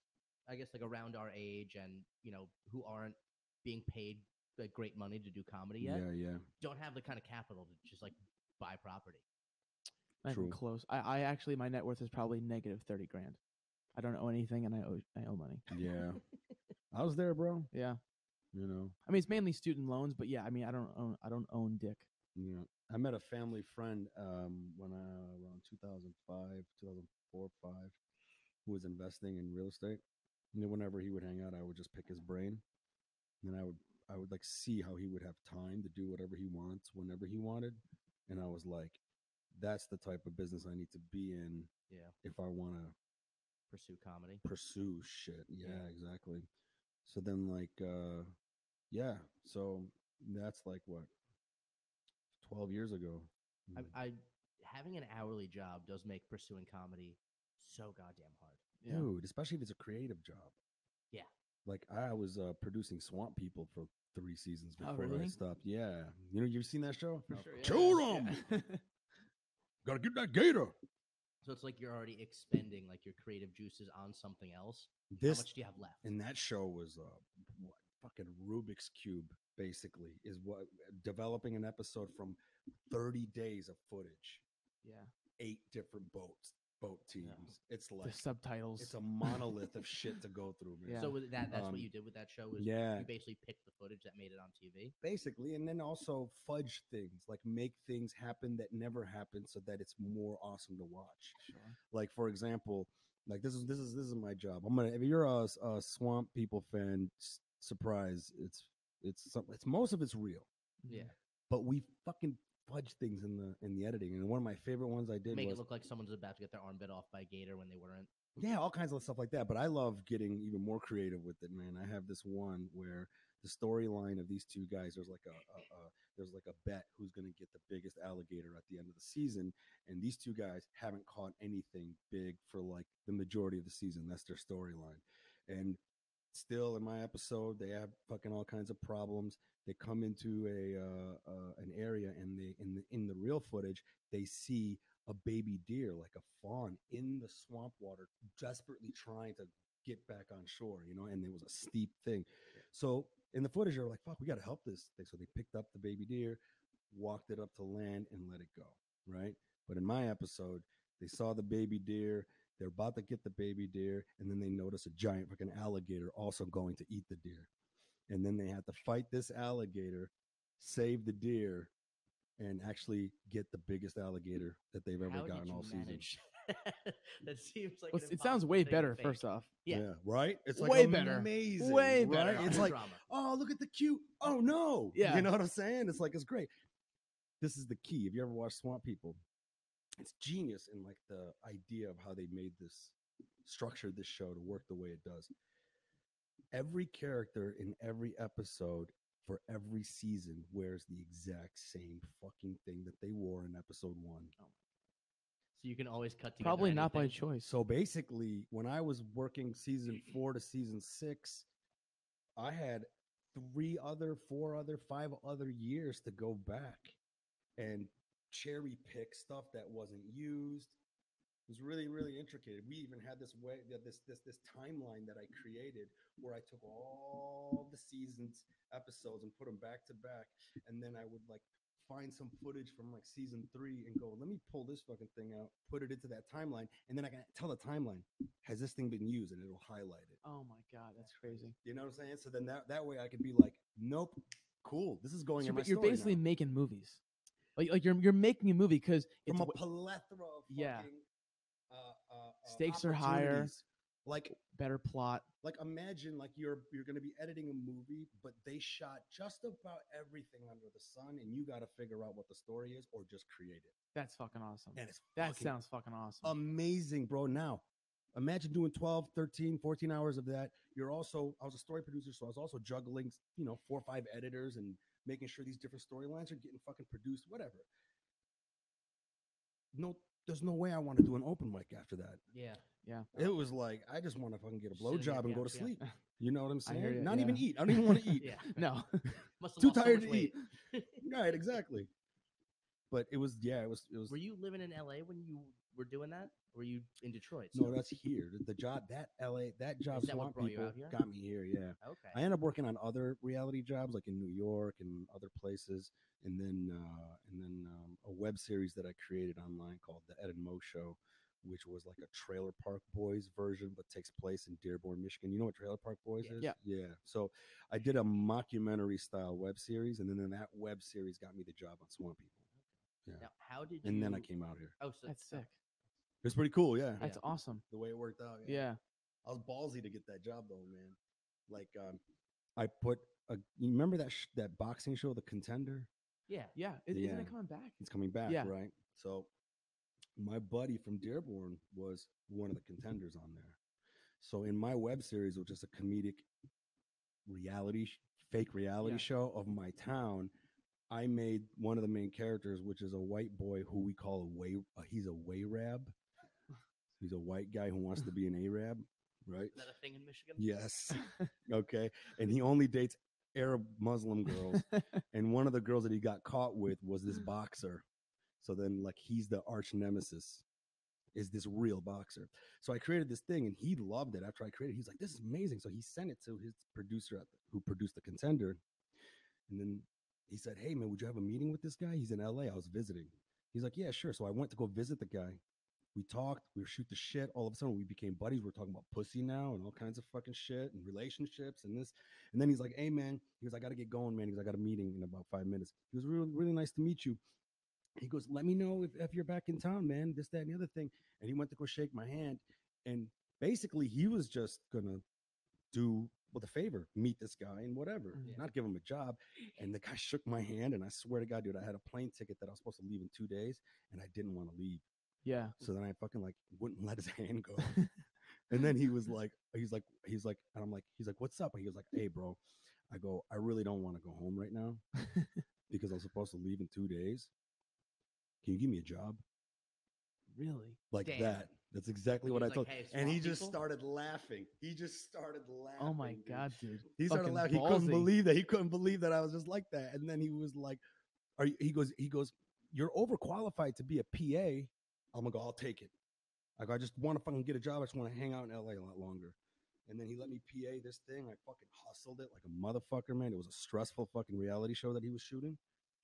Speaker 2: I guess like around our age and you know who aren't being paid like great money to do comedy yet,
Speaker 3: Yeah, yeah.
Speaker 2: don't have the kind of capital to just like buy property.
Speaker 1: Not even
Speaker 3: True.
Speaker 1: close. I, I actually, my net worth is probably negative thirty grand. I don't owe anything, and I owe, I owe money.
Speaker 3: Yeah. I was there, bro.
Speaker 1: Yeah,
Speaker 3: You know.
Speaker 1: I mean, it's mainly student loans, but yeah, I mean, I don't own, I don't own dick.
Speaker 3: Yeah. I met a family friend um, when I, around 2005, 2004, 5, who was investing in real estate. And then whenever he would hang out, I would just pick his brain. And I would, I would like see how he would have time to do whatever he wants whenever he wanted. And I was like, that's the type of business I need to be in
Speaker 2: Yeah.
Speaker 3: if I want to
Speaker 2: Pursue comedy.
Speaker 3: pursue shit. Yeah,
Speaker 2: Yeah.
Speaker 3: exactly. So then like uh yeah, so that's like what 12 years ago. Mm.
Speaker 2: I, I having an hourly job does make pursuing comedy so goddamn hard.
Speaker 1: Yeah.
Speaker 3: Dude, especially if it's a creative job.
Speaker 2: Yeah.
Speaker 3: Like I was uh producing Swamp People for 3 seasons
Speaker 1: Oh,
Speaker 3: before I
Speaker 1: really?
Speaker 3: stopped. Yeah. You know, you've seen that show?
Speaker 1: For
Speaker 3: Uh,
Speaker 1: sure, yeah.
Speaker 3: Kill 'em!
Speaker 1: Yeah.
Speaker 3: Gotta get that gator.
Speaker 2: <laughs> So it's like you're already expending like your creative juices on something else.
Speaker 3: This
Speaker 2: How much do you have left?
Speaker 3: and that show was uh what fucking Rubik's cube basically is what developing an episode from 30 days of footage.
Speaker 1: yeah.
Speaker 3: eight different boats, boat teams. It's
Speaker 1: the
Speaker 3: like
Speaker 1: subtitles.
Speaker 3: it's a monolith of
Speaker 2: <laughs>
Speaker 3: shit to go through, man.
Speaker 1: Yeah.
Speaker 2: So was that that's
Speaker 3: Um,
Speaker 2: what you did with that show? Was
Speaker 3: yeah.
Speaker 2: you basically picked the footage that made it on TV?
Speaker 3: basically and then also fudge things like make things happen that never happened so that it's more awesome to watch
Speaker 1: sure.
Speaker 3: like for example like this is this is this is my job i'm gonna if you're a, s- a swamp people fan s- surprise it's it's some, it's most of it's real
Speaker 1: Mm-hmm.
Speaker 2: Yeah,
Speaker 3: but we fucking fudge things in the in the editing and one of my favorite ones i did
Speaker 2: make
Speaker 3: was
Speaker 2: it look like someone's about to get their arm bit off by a gator when they weren't.
Speaker 3: yeah all kinds of stuff like that but i love getting even more creative with it man i have this one where the storyline of these two guys there's like a, a, a there's like a bet who's going to get the biggest alligator at the end of the season and these two guys haven't caught anything big for like the majority of the season that's their storyline and still in my episode they have fucking all kinds of problems they come into a uh, uh, an area and they in the in the real footage they see a baby deer like a fawn in the swamp water desperately trying to get back on shore you know and it was a steep thing so in the footage they're like fuck we got to help this thing so they picked up the baby deer walked it up to land and let it go right but in my episode they saw the baby deer they're about to get the baby deer and then they notice a giant fucking alligator also going to eat the deer and then they had to fight this alligator save the deer and actually get the biggest alligator that they've ever
Speaker 2: How did
Speaker 3: gotten
Speaker 2: you
Speaker 3: all season.
Speaker 2: manage? <laughs> that seems like
Speaker 1: Well,
Speaker 2: an
Speaker 1: it sounds way
Speaker 2: impossible thing to
Speaker 1: better.
Speaker 2: fake.
Speaker 1: First off,
Speaker 2: Yeah.
Speaker 3: right. It's like
Speaker 1: Way better.
Speaker 3: amazing,
Speaker 1: Way
Speaker 3: right?
Speaker 1: better.
Speaker 3: It's
Speaker 2: Drama,
Speaker 3: like,
Speaker 2: drama.
Speaker 3: oh, look at the cute. Oh no,
Speaker 1: Yeah.
Speaker 3: You know what I'm saying? It's like it's great. This is the key. If you ever watch Swamp People, it's genius in like the idea of how they made this structured this show to work the way it does. Every character in every episode for every season wears the exact same fucking thing that they wore in episode one.
Speaker 2: so you can always cut together.
Speaker 1: probably not by
Speaker 2: anything.
Speaker 1: choice.
Speaker 3: So basically, when I was working season four to season six, I had three other, four other, five other years to go back and cherry pick stuff that wasn't used. It was really, really intricate. We even had this way, th- this this this timeline that I created where I took all the seasons episodes and put them back to back, and then I would like find some footage from like season three and go, let me pull this fucking thing out, put it into that timeline, and then I can tell the timeline has this thing been used, and it'll highlight it.
Speaker 1: oh my god, that's crazy.
Speaker 3: You know what I'm saying? So then that that way I can be like, nope, cool, this is going.
Speaker 1: So
Speaker 3: in my
Speaker 1: you're
Speaker 3: story
Speaker 1: basically
Speaker 3: now.
Speaker 1: making movies. Like, like you're you're making a movie because it's
Speaker 3: from a
Speaker 1: w-
Speaker 3: plethora of
Speaker 1: Yeah.
Speaker 3: fucking, uh, uh, uh,
Speaker 1: Stakes are higher.
Speaker 3: opportunities. Like
Speaker 1: better plot.
Speaker 3: like imagine like you're you're going to be editing a movie but they shot just about everything under the sun and you got to figure out what the story is or just create it
Speaker 1: That's fucking awesome.
Speaker 3: and it's
Speaker 1: That
Speaker 3: fucking
Speaker 1: sounds fucking awesome.
Speaker 3: amazing bro now imagine doing 12 13 14 hours of that you're also i was a story producer so i was also juggling you know four or five editors and making sure these different storylines are getting fucking produced whatever no there's no way i want to do an open mic after that <laughs>
Speaker 2: Yeah.
Speaker 1: yeah.
Speaker 3: it was like i just want to fucking get a
Speaker 2: Sit in your
Speaker 3: blowjob and go to
Speaker 2: pants, yeah. <laughs>
Speaker 3: sleep you know what i'm
Speaker 1: I
Speaker 3: saying
Speaker 1: hear ya,
Speaker 3: not even
Speaker 1: yeah.
Speaker 3: eat i don't even want to eat
Speaker 2: Yeah.
Speaker 3: <laughs>
Speaker 1: No.
Speaker 2: Must have
Speaker 3: Too
Speaker 2: lost so
Speaker 3: tired
Speaker 2: much
Speaker 3: to eat.
Speaker 2: weight.
Speaker 3: right exactly but it was yeah it was it was
Speaker 2: Were you living in LA when you were doing that? Or were you in Detroit?
Speaker 3: no that's here The- the job that la that job
Speaker 2: that what
Speaker 3: swamp
Speaker 2: brought you
Speaker 3: people
Speaker 2: out here?
Speaker 3: got me here yeah
Speaker 2: Okay.
Speaker 3: i ended up working on other reality jobs like in new york and other places and then uh and then um, a web series that i created online called the ed and mo show which was like a trailer park boys version but takes place in dearborn michigan you know what trailer park boys
Speaker 2: Yeah.
Speaker 3: is
Speaker 1: Yeah.
Speaker 3: yeah so i did a mockumentary style web series and then, then that web series got me the job on swamp people
Speaker 2: Now, how did
Speaker 3: and
Speaker 2: you?
Speaker 3: then i came out here
Speaker 2: Oh, so
Speaker 1: That's
Speaker 2: so-
Speaker 1: sick.
Speaker 3: It was pretty cool, yeah.
Speaker 1: That's awesome.
Speaker 3: The way it worked out.
Speaker 1: Yeah.
Speaker 3: I was ballsy to get that job though, man. Like um I put a you remember that sh- that boxing show The Contender?
Speaker 2: Yeah.
Speaker 1: Yeah. Is, Isn't
Speaker 3: Yeah.
Speaker 1: it coming back?
Speaker 3: It's coming back,
Speaker 1: Yeah.
Speaker 3: right? So my buddy from Dearborn was one of the contenders on there. So in my web series, which is a comedic reality sh- fake reality
Speaker 1: Yeah.
Speaker 3: show of my town, I made one of the main characters, which is a white boy who we call a way. Uh, he's a way rab.
Speaker 1: <laughs>
Speaker 3: He's a white guy who wants to be an Arab, right?
Speaker 2: Is that a thing in Michigan?
Speaker 3: Yes. Okay. And he only dates Arab Muslim girls. and one of the girls that he got caught with was this boxer. So then, like, he's the arch nemesis, is this real boxer. So I created this thing and he loved it after I created it. He's like, this is amazing. So he sent it to his producer at the, who produced The Contender. And then he said, hey, man, would you have a meeting with this guy? He's in LA. I was visiting. He's like, yeah, sure. So I went to go visit the guy. We talked, we were shoot the shit. All of a sudden, we became buddies. We're talking about pussy now and all kinds of fucking shit and relationships and this. And then he's like, "Hey, man," he goes, "I got to get going, man." He goes, "I got a meeting in about five minutes." He was really, really nice to meet you. He goes, "Let me know if, if you're back in town, man." This, that, and the other thing. And he went to go shake my hand, and basically, he was just gonna do with a favor, meet this guy and whatever,
Speaker 1: Mhm.
Speaker 3: not give him a job. And the guy shook my hand, and I swear to God, dude, I had a plane ticket that I was supposed to leave in two days, and I didn't want to leave.
Speaker 1: Yeah.
Speaker 3: So then I fucking like wouldn't let <laughs> his hand
Speaker 2: <laughs>
Speaker 3: go. and then he was like, he's like, he's like, and I'm like, he's like, what's up? And he was like, hey, bro. I go, I really don't want to go home
Speaker 2: <laughs>
Speaker 3: right now because I'm supposed to leave in two days. Can you give me a job?
Speaker 1: Really?
Speaker 3: Like
Speaker 2: Damn.
Speaker 3: that. That's exactly
Speaker 2: He
Speaker 3: what I
Speaker 2: was like,
Speaker 3: told.
Speaker 2: "Hey,
Speaker 3: and he
Speaker 2: swamp
Speaker 3: just
Speaker 2: people?"
Speaker 3: started laughing. He just started laughing.
Speaker 1: Oh my
Speaker 3: dude.
Speaker 1: god, dude.
Speaker 3: He started
Speaker 1: Fucking
Speaker 3: laughing. He couldn't
Speaker 1: ballsy.
Speaker 3: believe that. He couldn't believe that I was just like that. And then he was like, "Are you, he goes? He goes. You're overqualified to be a PA." I'm gonna go. I'll take it. I go. I just want to fucking get a job. I just want to hang out in LA a lot longer. And then he let me PA this thing. I fucking hustled it like a motherfucker, man. It was a stressful fucking reality show that he was shooting.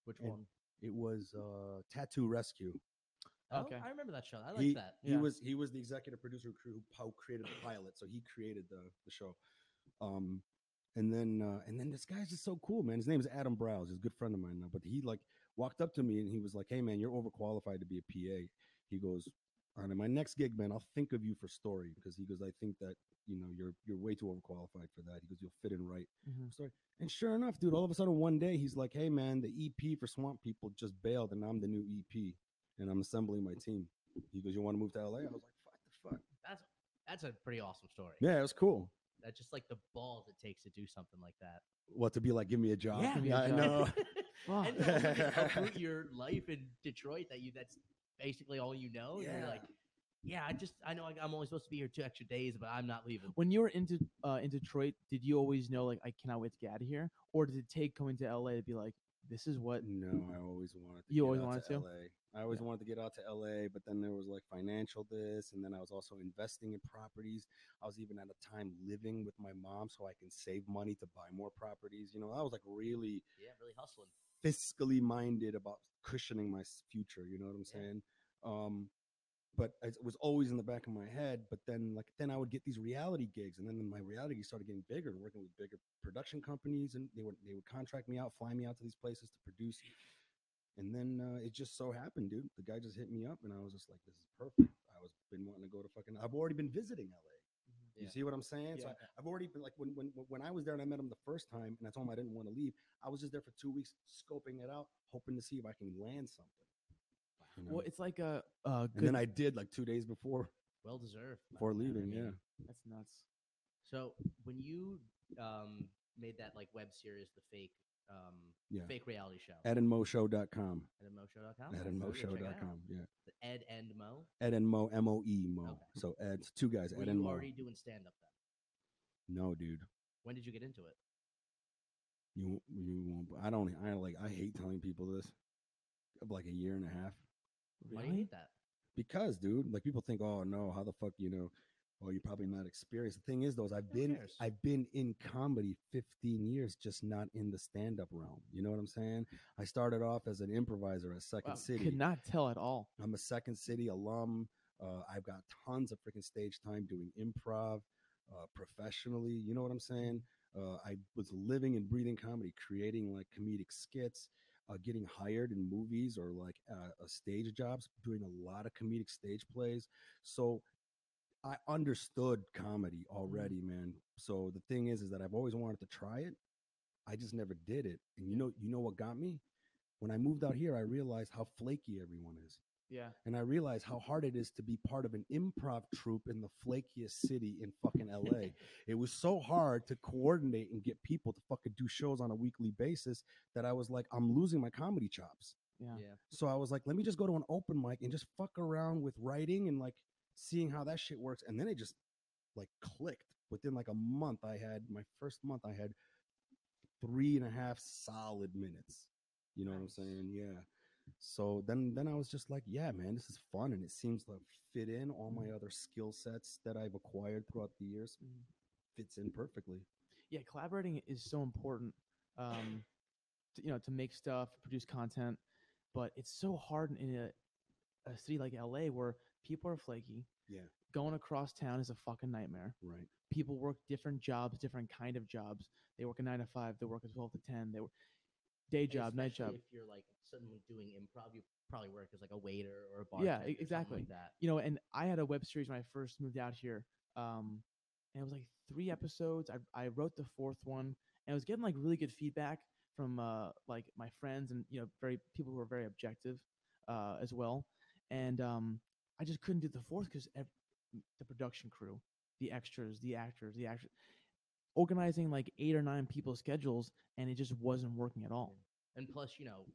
Speaker 2: Which
Speaker 3: And-
Speaker 2: one?
Speaker 3: It was uh, Tattoo Rescue.
Speaker 2: Oh,
Speaker 1: Okay.
Speaker 2: I remember that show. I
Speaker 3: He-
Speaker 2: like that.
Speaker 3: He
Speaker 1: Yeah.
Speaker 3: was he was the executive producer who cre- who po- created the pilot, so he created the the show. Um, and then uh, and then this guy's just so cool, man. His name is Adam Browse. He's a good friend of mine now, but he like walked up to me and he was like, "Hey, man, you're overqualified to be a PA." He goes, "On my next gig, man, I'll think of you for story because he goes, I think that you know you're you're way too overqualified for that." He goes, "You'll fit in right."
Speaker 1: Mhm.
Speaker 3: story. And sure enough, dude, all of a sudden one day he's like, "Hey, man, the EP for Swamp People just bailed, and I'm the new EP, and I'm assembling my team." He goes, "You want to move to LA?" I was like, "Fuck the fuck."
Speaker 2: That's that's a pretty awesome story.
Speaker 3: Yeah, it was cool.
Speaker 2: That's just like the balls it takes to do something like that.
Speaker 3: What to be like? Give me a job. <laughs>
Speaker 1: Yeah, Give me a
Speaker 3: I
Speaker 1: job.
Speaker 3: know.
Speaker 1: Fuck.
Speaker 2: <laughs> and to also
Speaker 3: <laughs>
Speaker 2: just uproot your life in Detroit that you that's basically all you know. And
Speaker 3: Yeah.
Speaker 2: you're like, yeah, I just I know I, I'm only supposed to be here two extra days, but I'm not leaving.
Speaker 1: <laughs> when you were into uh, in Detroit, did you always know like I cannot wait to get out of here, or did it take coming to LA to be like, this is what?
Speaker 3: no, I always wanted. To
Speaker 1: You
Speaker 3: get
Speaker 1: always
Speaker 3: out
Speaker 1: wanted to?
Speaker 3: LA. I always wanted to get out to LA, but then there was like financial this, and then I was also investing in properties. I was even at a time living with my mom so I can save money to buy more properties. You know, I was like really
Speaker 2: Yeah, really hustling.
Speaker 3: fiscally minded about cushioning my s- future. You know what I'm
Speaker 2: Yeah.
Speaker 3: saying? Um, but it was always in the back of my head. But then, like, then I would get these reality gigs, and then my reality gigs started getting bigger and working with bigger production companies, and they would they would contract me out, fly me out to these places to produce. And then uh, it just so happened, dude. The guy just hit me up, and I was just like, "This is perfect." I was been wanting to go to fucking. I've already been visiting LA. You
Speaker 2: Yeah.
Speaker 3: see what I'm saying? So
Speaker 1: Yeah.
Speaker 3: I, I've already been like when, when when- when I was there and I met him the first time and I told him I didn't want to leave. I was just there for two weeks scoping it out, hoping to see if I can land something. you know?
Speaker 1: Well, it's like a, a
Speaker 3: and
Speaker 1: good.
Speaker 3: then I did like two days before
Speaker 2: Well deserved. my
Speaker 3: before
Speaker 2: man, I
Speaker 3: leaving.
Speaker 2: mean,
Speaker 3: Yeah,
Speaker 1: that's nuts.
Speaker 2: So when you um made that like web series, the fake um
Speaker 3: Yeah.
Speaker 2: fake reality show
Speaker 3: yeah. edandmoshow.com.
Speaker 2: at emotion.com.
Speaker 3: Edandmoshow.com. Yeah,
Speaker 2: Ed and Mo.
Speaker 3: Ed and Mo M O E Mo.
Speaker 2: Okay.
Speaker 3: So Ed's two guys.
Speaker 2: Were
Speaker 3: Ed and
Speaker 2: you
Speaker 3: Mo.
Speaker 2: already doing stand up then?
Speaker 3: No, dude.
Speaker 2: When did you get into it?
Speaker 3: You you won't. I don't. I like. I hate telling people this. Of, Like a year and a half.
Speaker 2: Why do you hate that?
Speaker 3: because dude like people think oh no how the fuck you know oh you're probably not experienced the thing is though is i've
Speaker 2: Who
Speaker 3: been
Speaker 2: cares?
Speaker 3: i've been in comedy 15 years just not in the stand-up realm you know what i'm saying i started off as an improviser at second
Speaker 1: Wow,
Speaker 3: city
Speaker 1: Could not tell at all.
Speaker 3: i'm a second city alum uh, i've got tons of freaking stage time doing improv uh, professionally you know what i'm saying uh, i was living and breathing comedy creating like comedic skits uh, getting hired in movies or like uh, uh, stage jobs, doing a lot of comedic stage plays. So I understood comedy already, man. So the thing is, is that I've always wanted to try it. I just never did it. And you know, you know what got me? When I moved out here, I realized how flaky everyone is.
Speaker 1: Yeah.
Speaker 3: And I realized how hard it is to be part of an improv troupe in the flakiest city in fucking
Speaker 1: <laughs>
Speaker 2: <laughs>
Speaker 3: LA. it was so hard to coordinate and get people to fucking do shows on a weekly basis that I was like, I'm losing my comedy chops.
Speaker 1: Yeah.
Speaker 2: Yeah.
Speaker 3: So I was like, let me just go to an open mic and just fuck around with writing and like seeing how that shit works. And then it just like clicked. Within like a month, I had my first month, I had three and a half solid minutes. You know what I'm
Speaker 2: Nice.
Speaker 3: saying? Yeah. So then then I was just like, yeah, man, this is fun and it seems to fit in all my other skill sets that I've acquired throughout the years
Speaker 1: Mhm.
Speaker 3: fits in perfectly.
Speaker 1: Yeah. Collaborating is so important. Um, to, you know, to make stuff, produce content, but it's so hard in a, a city like LA where people are flaky.
Speaker 3: Yeah.
Speaker 1: Going across town is a fucking nightmare.
Speaker 3: Right.
Speaker 1: People work different jobs, different kind of jobs. They work a nine to five. They work a twelve to ten. They work day
Speaker 2: And
Speaker 1: job, night job.
Speaker 2: especially If you're like suddenly doing improv, you probably work as like a waiter or a bartender.
Speaker 1: Yeah,
Speaker 2: or something
Speaker 1: exactly.
Speaker 2: Like that.
Speaker 1: you know, and I had a web series when I first moved out here. Um, and it was like three episodes. I, I wrote the fourth one and I was getting like really good feedback from uh, like my friends and, you know, very people who are very objective uh, as well. And um, I just couldn't do the fourth because the production crew, the extras, the actors, the actors, organizing like eight or nine people's schedules and it just wasn't working at all.
Speaker 2: And plus, you know,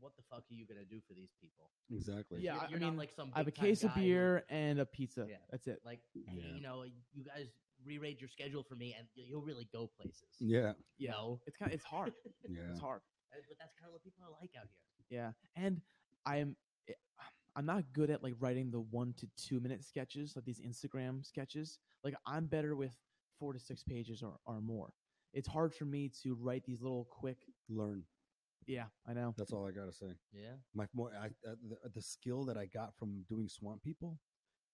Speaker 2: what the fuck are you gonna do for these people?
Speaker 3: Exactly.
Speaker 1: Yeah,
Speaker 2: You're-
Speaker 1: I- I
Speaker 2: you're not
Speaker 1: mean,
Speaker 2: like some
Speaker 1: I have a
Speaker 2: big-time
Speaker 1: case of
Speaker 2: guy who-
Speaker 1: beer and a pizza.
Speaker 2: Yeah.
Speaker 1: That's it.
Speaker 2: Like, hey,
Speaker 3: Yeah.
Speaker 2: you know, you guys rearrange your schedule for me, and y- you'll really go places.
Speaker 3: Yeah.
Speaker 2: You know?
Speaker 1: It's kind of, it's hard.
Speaker 3: Yeah.
Speaker 1: It's hard.
Speaker 2: And- But that's kind of what people are like out here.
Speaker 1: Yeah, and I'm i- I'm not good at like writing the one to two minute sketches, like these Instagram sketches. Like I'm better with four to six pages or, or more. It's hard for me to write these little quick.
Speaker 3: Learn.
Speaker 1: Yeah, I know.
Speaker 3: That's all I gotta say.
Speaker 2: Yeah.
Speaker 3: My more, I, uh, the, the skill that I got from doing Swamp People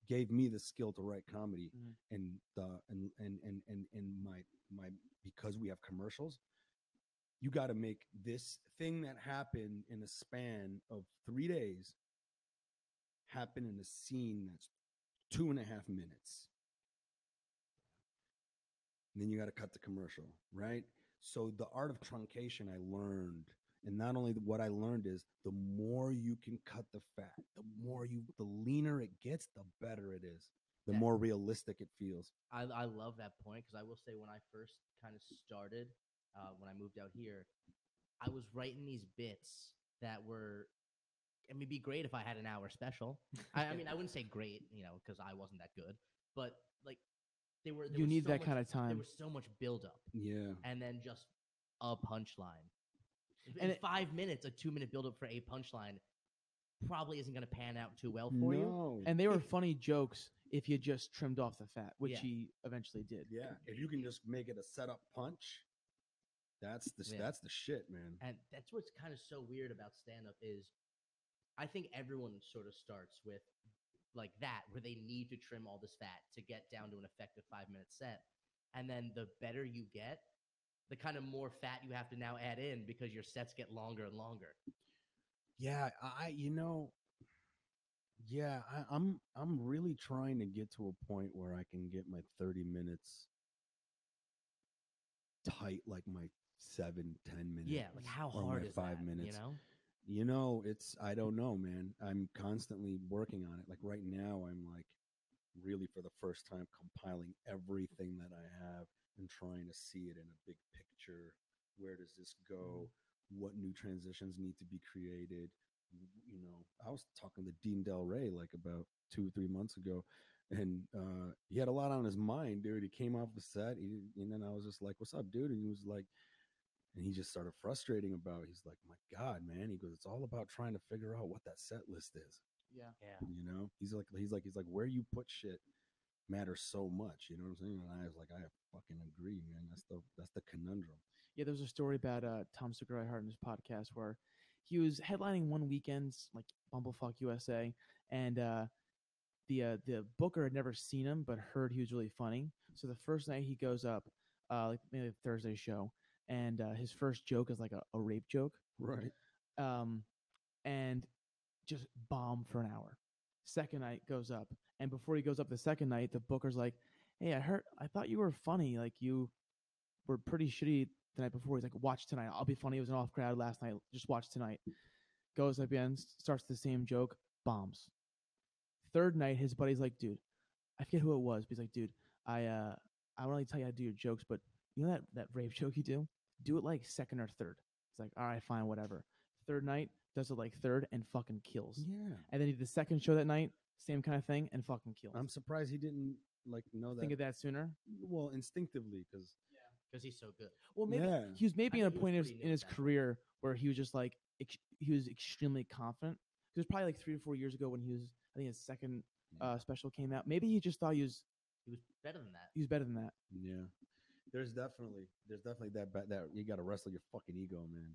Speaker 3: gave me the skill to write comedy,
Speaker 1: Mhm.
Speaker 3: and the and and and and and my my because we have commercials. You got to make this thing that happened in a span of three days happen in a scene that's two and a half minutes. And then you got to cut the commercial, right? So the art of truncation I learned, and not only what I learned is the more you can cut the fat, the more you, the leaner it gets, the better it is, the
Speaker 2: That-
Speaker 3: more realistic it feels.
Speaker 2: I, I love that point because I will say when I first kind of started, uh, when I moved out here, I was writing these bits that were. I mean, it'd be great if I had an hour
Speaker 1: <laughs>
Speaker 2: special. I, I mean, I wouldn't say great, you know, because I wasn't that good, but like, they were. There
Speaker 1: you
Speaker 2: was
Speaker 1: need
Speaker 2: so
Speaker 1: that
Speaker 2: much-
Speaker 1: kind of
Speaker 2: There
Speaker 1: time.
Speaker 2: was so much buildup,
Speaker 3: Yeah,
Speaker 2: and then just a punchline. In-
Speaker 1: And
Speaker 2: In
Speaker 1: it-
Speaker 2: five minutes, a two-minute buildup for a punchline probably isn't going to pan out too well for you.
Speaker 3: no.
Speaker 1: And they were funny jokes if you just trimmed off the fat, which
Speaker 2: Yeah.
Speaker 1: he eventually did.
Speaker 3: yeah, if you can just make it a setup punch, that's the sh
Speaker 2: Yeah.
Speaker 3: that's the shit, man.
Speaker 2: and that's what's kind of so weird about stand up is i think everyone sort of starts with like that where they need to trim all this fat to get down to an effective five minute set and then the better you get the kind of more fat you have to now add in because your sets get longer and longer
Speaker 3: Yeah, I you know, yeah, I, I'm I'm really trying to get to a point where I can get my 30 minutes tight, like my seven ten minutes.
Speaker 2: yeah like how
Speaker 3: or my
Speaker 2: hard is
Speaker 3: five
Speaker 2: that,
Speaker 3: minutes.
Speaker 2: you know
Speaker 3: You know, it's I don't know, man. I'm constantly working on it. Like right now, I'm like really for the first time compiling everything that I have and trying to see it in a big picture. Where does this go? What new transitions need to be created? W- You know, I was talking to Dean Del Rey like about two or three months ago, and uh, he had a lot on his mind, dude. He came off the set, he, and then I was just like, "What's up, dude?" And he was like, and he just started frustrating about. It. He's like, "My God, man!" He goes, "It's all about trying to figure out what that set list is."
Speaker 1: Yeah.
Speaker 2: yeah
Speaker 3: You know, he's like, he's like, he's like, where you put shit matters so much. You know what I'm saying? And I was like, I fucking agree, man. That's the that's the conundrum.
Speaker 1: Yeah, there was a story about uh, Tom Segura I heard in his podcast where he was headlining one weekend's like Bumblefuck USA, and uh, the uh, the booker had never seen him but heard he was really funny. So the first night he goes up, uh, like maybe a Thursday show, and uh, his first joke is like a, a rape joke,
Speaker 3: Right.
Speaker 1: um, and just bomb for an hour. Second night goes up, and before he goes up the second night, the booker's like, "Hey, I heard, I thought you were funny. Like you were pretty shitty the night before." He's like, "Watch tonight. I'll be funny. It was an off crowd last night. Just watch tonight." Goes up again, s- starts the same joke, bombs. Third night, his buddy's like, "Dude, I forget who it was, but he's like, dude, I uh, I don't really tell you how to do your jokes, but you know that that rave <laughs> joke you do, do it like second or third. It's like, all right, fine, whatever. Third night does it like third and fucking kills.
Speaker 3: Yeah.
Speaker 1: And then he did the second show that night, same kind of thing, and fucking kills.
Speaker 3: I'm surprised he didn't like know that.
Speaker 1: think of that sooner.
Speaker 3: Well, instinctively, because
Speaker 2: because he's so good
Speaker 1: Well, maybe
Speaker 3: yeah,
Speaker 1: he was maybe
Speaker 2: I
Speaker 1: in a
Speaker 2: think he was
Speaker 1: point of,
Speaker 2: pretty new
Speaker 1: in
Speaker 2: at
Speaker 1: his
Speaker 2: that point.
Speaker 1: career where he was just like ex- he was extremely confident. It was probably like three or four years ago when he was. I think his second
Speaker 3: Yeah.
Speaker 1: uh, special came out. Maybe he just thought he was
Speaker 2: he was better than that
Speaker 1: he was better than that.
Speaker 3: yeah. There's definitely there's definitely that ba- that you got to wrestle your fucking ego, <laughs> man.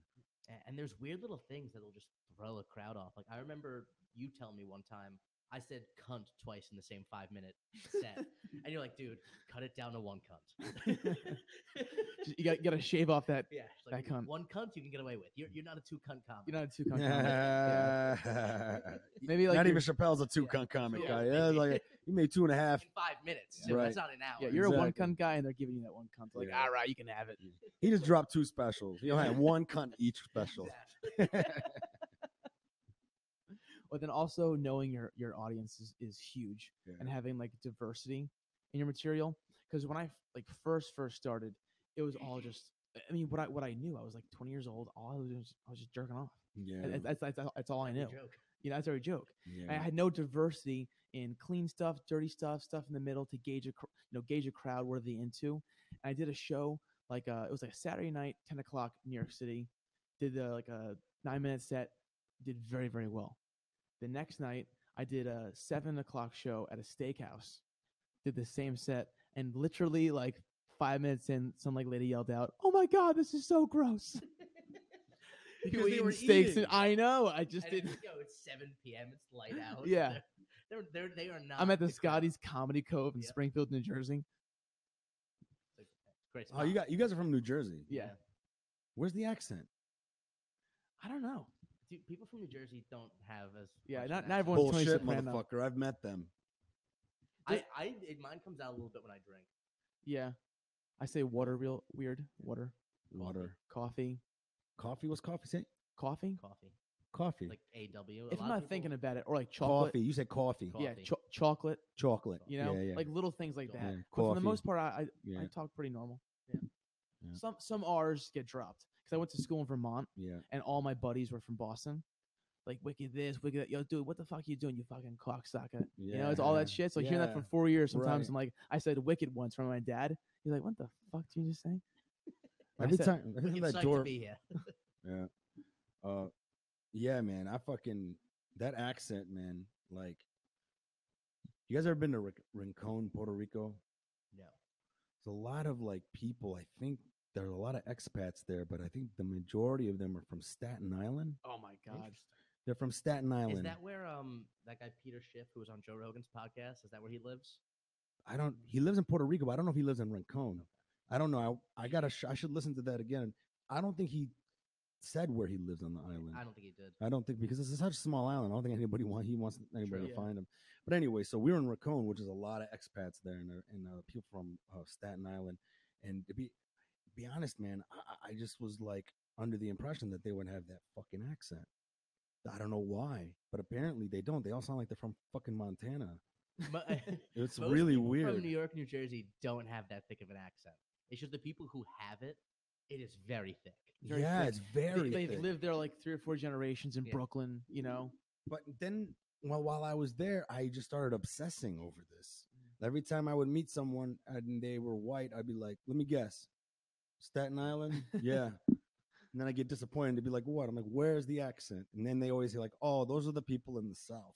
Speaker 2: A- and there's weird little things that'll just throw a crowd off. Like I remember you telling me one time I said cunt twice in the same five minute
Speaker 1: <laughs>
Speaker 2: set. and you're like, dude, cut it down to one cunt. <laughs>
Speaker 1: Just- <laughs> you got you got to shave off that.
Speaker 2: yeah, it's like
Speaker 1: That cunt.
Speaker 2: one cunt you can get away with. You're, you're not a two cunt comic.
Speaker 1: You're not too comfortable. Maybe like
Speaker 3: Not
Speaker 1: you're-
Speaker 3: even Chappelle's a two
Speaker 2: Yeah.
Speaker 3: cunt comic
Speaker 2: So-
Speaker 3: guy. Yeah, like he made two and a
Speaker 1: <laughs>
Speaker 3: half.
Speaker 2: in five minutes.
Speaker 3: Yeah.
Speaker 2: so That's
Speaker 3: Right.
Speaker 2: not an hour.
Speaker 1: yeah, you're a one
Speaker 3: Exactly.
Speaker 1: cunt guy, and they're giving you that one cunt. Like,
Speaker 3: Yeah.
Speaker 1: all right, you can have it.
Speaker 3: He just dropped two specials. He only had one cunt each special.
Speaker 1: But then also knowing your your audience is, is huge,
Speaker 3: Yeah.
Speaker 1: and having like diversity in your material. Because when I f- like first first started, it was all just. I mean, what I what I knew, I was like 20 years old. All I was doing was I was just jerking off.
Speaker 3: Yeah.
Speaker 1: And That's, that's, that's, that's all <laughs> I knew.
Speaker 2: Joke.
Speaker 1: You know, that's every joke. I
Speaker 3: yeah.
Speaker 1: had no diversity in clean stuff, dirty stuff, stuff in the middle to gauge a cr- you know gauge a crowd what are they into. And I did a show like uh, it was like a Saturday night, ten o'clock, New York City. Did uh, like a nine minute set, did very very well. The next night I did a seven o'clock show at a steakhouse, did the same set, and literally like five minutes in, some like lady yelled out, "Oh my god, this is so gross."
Speaker 2: Because
Speaker 1: You
Speaker 2: they
Speaker 1: eating
Speaker 2: were
Speaker 1: <laughs> steaks,
Speaker 2: eating.
Speaker 1: and I know I just
Speaker 2: And
Speaker 1: didn't.
Speaker 2: it's, yo, it's 7 p.m. It's
Speaker 1: <laughs>
Speaker 2: light out.
Speaker 1: Yeah.
Speaker 2: <laughs> They're, they're, they're, they are not.
Speaker 1: I'm <laughs> at the
Speaker 2: crowd.
Speaker 1: Scotty's Comedy Cove in
Speaker 2: Yep.
Speaker 1: Springfield, New Jersey.
Speaker 2: It's a Great
Speaker 3: Oh, you
Speaker 2: spot.
Speaker 3: got you guys are from New Jersey.
Speaker 1: Yeah.
Speaker 3: Where's the accent?
Speaker 1: I don't know.
Speaker 2: Dude, people from New Jersey don't have as.
Speaker 1: Yeah,
Speaker 2: much of
Speaker 1: not-
Speaker 2: an
Speaker 1: not
Speaker 2: accent.
Speaker 1: everyone- Tony
Speaker 3: Bullshit,
Speaker 1: Soprano.
Speaker 3: motherfucker. I've met them.
Speaker 2: I, I, it, mine comes out a little bit when I drink.
Speaker 1: Yeah. I say water real weird. Water.
Speaker 3: Water.
Speaker 1: Coffee.
Speaker 3: Coffee. What's coffee? Say
Speaker 1: Coffee?
Speaker 2: Coffee.
Speaker 3: coffee.
Speaker 2: Like AW. A
Speaker 1: If I'm
Speaker 2: lot of
Speaker 1: not
Speaker 2: people-
Speaker 1: thinking about it. Or like chocolate.
Speaker 3: coffee. You said coffee.
Speaker 2: Coffee.
Speaker 1: Yeah, cho- chocolate.
Speaker 3: Chocolate.
Speaker 1: You know?
Speaker 3: Yeah, yeah.
Speaker 1: Like little things like that.
Speaker 3: yeah.
Speaker 1: But for
Speaker 3: Coffee.
Speaker 1: the most part I I,
Speaker 3: yeah.
Speaker 1: I talk pretty normal.
Speaker 2: Yeah.
Speaker 3: Yeah.
Speaker 1: Some some R's get dropped. Because I went to school in Vermont
Speaker 3: yeah.
Speaker 1: and all my buddies were from Boston. Like wicked this, wicked that. Yo, dude, what the fuck are you doing? You fucking cocksucker. You know, it's all that
Speaker 3: Yeah.
Speaker 1: shit. So hearing that for
Speaker 3: Yeah.
Speaker 1: four years, sometimes
Speaker 3: Right.
Speaker 1: I'm like, I said wicked once from my dad. He's like, what the fuck did you just say? And I
Speaker 3: Every
Speaker 1: said-
Speaker 3: time, <laughs> every time
Speaker 2: It's
Speaker 3: that
Speaker 2: like
Speaker 3: door,
Speaker 2: to be here.
Speaker 3: uh, yeah, man, I fucking that accent, man. Like, you guys ever been to Ric- Rincon, Puerto Rico?
Speaker 2: No.
Speaker 3: There's a lot of like people. I think there are a lot of expats there, but I think the majority of them are from Staten Island.
Speaker 1: Oh my god.
Speaker 3: They're from Staten
Speaker 2: Is
Speaker 3: Island.
Speaker 2: that where um that guy Peter Schiff, who was on Joe Rogan's podcast, is that where he lives?
Speaker 3: I don't. He lives in Puerto Rico, but I don't know if he lives in Rincon. I don't know. I I gotta. Sh- I should listen to that again. I don't think he said where he lives on the island.
Speaker 2: I don't think he
Speaker 3: <laughs>
Speaker 2: did.
Speaker 3: I don't think because this is such a small island. I don't think anybody <laughs> want he wants anybody
Speaker 2: True.
Speaker 3: to
Speaker 1: Yeah.
Speaker 3: find him. But anyway, so we were in Raccoon, which is a lot of expats there and, uh, and uh, people from uh, Staten Island. And to be be honest, man, I- I, I just was like under the impression that they would have that fucking accent. I don't know why, but apparently they don't. They all sound like they're from fucking Montana.
Speaker 2: Mo- <laughs>
Speaker 3: It's
Speaker 2: most
Speaker 3: really
Speaker 2: people From
Speaker 3: weird.
Speaker 2: New York, New Jersey, don't have that thick of an accent. It's just the people who have it. It is very thick.
Speaker 1: very
Speaker 3: yeah,
Speaker 1: thick.
Speaker 3: it's very.
Speaker 1: they,
Speaker 3: thick.
Speaker 1: have lived there like three or four generations in
Speaker 2: Yeah.
Speaker 1: Brooklyn, you know.
Speaker 3: but then well, while I was there, I just started obsessing over this. Every time I would meet someone and they were white, I'd be like, "Let me guess, Staten Island." Yeah. and then I get disappointed to be like, "What?" I'm like, "Where's the accent?" And then they always say like, "Oh, those are the people in the South."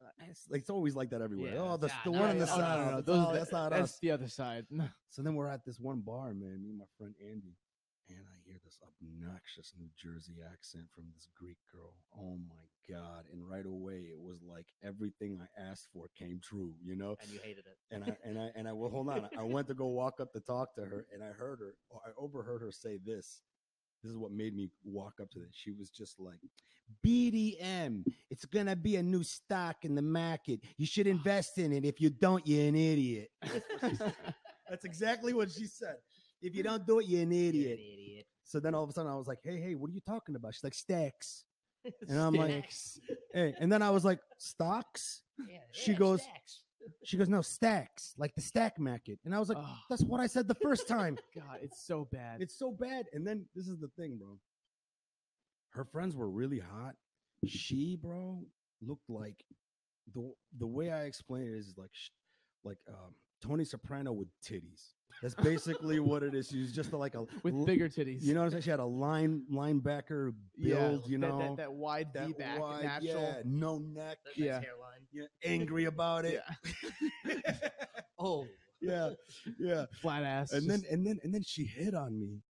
Speaker 3: Uh, It's, like, it's always like that everywhere.
Speaker 2: Yeah,
Speaker 3: oh, the,
Speaker 2: nah,
Speaker 3: the
Speaker 2: nah,
Speaker 3: one in
Speaker 2: yeah,
Speaker 3: the
Speaker 2: no, no, no,
Speaker 3: South.
Speaker 2: no,
Speaker 3: It's,
Speaker 1: those are
Speaker 3: "Oh,
Speaker 1: the-
Speaker 3: that's not
Speaker 1: that's
Speaker 3: us.
Speaker 1: the other
Speaker 3: <laughs>
Speaker 1: side.
Speaker 3: So then we're at this one bar, man. Me and my friend Andy, and I hear this obnoxious New Jersey accent from this Greek girl. Oh my god! And right away, it was like everything I asked for came true, you know.
Speaker 2: And you <laughs> hated it.
Speaker 3: And I and I and I well, hold on. I went to go walk up to talk to her, and I heard her. Or I overheard her say this. This is what made me walk up to this. She was just like, "BDM, it's gonna be a new stock in the market. You should
Speaker 2: Ah.
Speaker 3: invest in it. If you don't, you're an idiot." <laughs> That's exactly what she said. If you don't do it, <laughs> you're an
Speaker 2: You're an
Speaker 3: idiot.
Speaker 2: idiot.
Speaker 3: So then all of a sudden I was like, hey, hey, what are you talking about? She's like, stacks. And
Speaker 2: <laughs>
Speaker 3: I'm like,
Speaker 2: Stacks.
Speaker 3: Hey, and then I was like, stocks?
Speaker 2: Yeah,
Speaker 3: she
Speaker 2: yeah,
Speaker 3: goes-
Speaker 2: stacks.
Speaker 3: She goes, no, stacks, like the stack market. And I was like,
Speaker 1: Oh,
Speaker 3: that's what I said the first <laughs> time.
Speaker 1: God, it's so bad.
Speaker 3: It's so bad. And then this is the thing, bro. Her friends were really hot. She, bro, looked like the the way I explain it is like sh- like um, Tony Soprano with titties. That's basically what it is. She's just <laughs> like a
Speaker 1: with
Speaker 3: l-
Speaker 1: bigger titties.
Speaker 3: You know, what I'm saying? she had a line linebacker build. you
Speaker 1: that-
Speaker 3: know,
Speaker 1: that, that, wide
Speaker 3: that
Speaker 1: V back,
Speaker 3: wide-
Speaker 1: natural.
Speaker 3: yeah, no neck,
Speaker 2: That nice
Speaker 1: Yeah.
Speaker 2: hairline.
Speaker 3: yeah, <laughs> angry about it.
Speaker 2: Oh,
Speaker 3: Yeah. <laughs> yeah,
Speaker 1: flat ass.
Speaker 3: And then
Speaker 1: just-
Speaker 3: and then and then she hit on me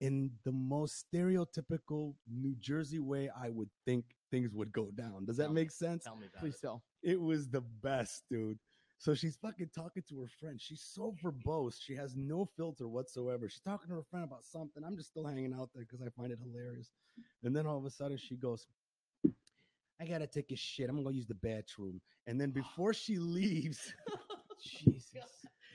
Speaker 3: in the most stereotypical New Jersey way I would think things would go down. Does that
Speaker 2: Tell me.
Speaker 3: make sense?
Speaker 2: Tell me about
Speaker 1: Please
Speaker 2: it.
Speaker 1: tell.
Speaker 3: It was the best, dude. So she's fucking talking to her friend. She's so verbose. She has no filter whatsoever. She's talking to her friend about something. I'm just still hanging out there because I find it hilarious. And then all of a sudden she goes, I gotta take a shit. I'm gonna go use the bathroom. And then before she leaves,
Speaker 1: Jesus.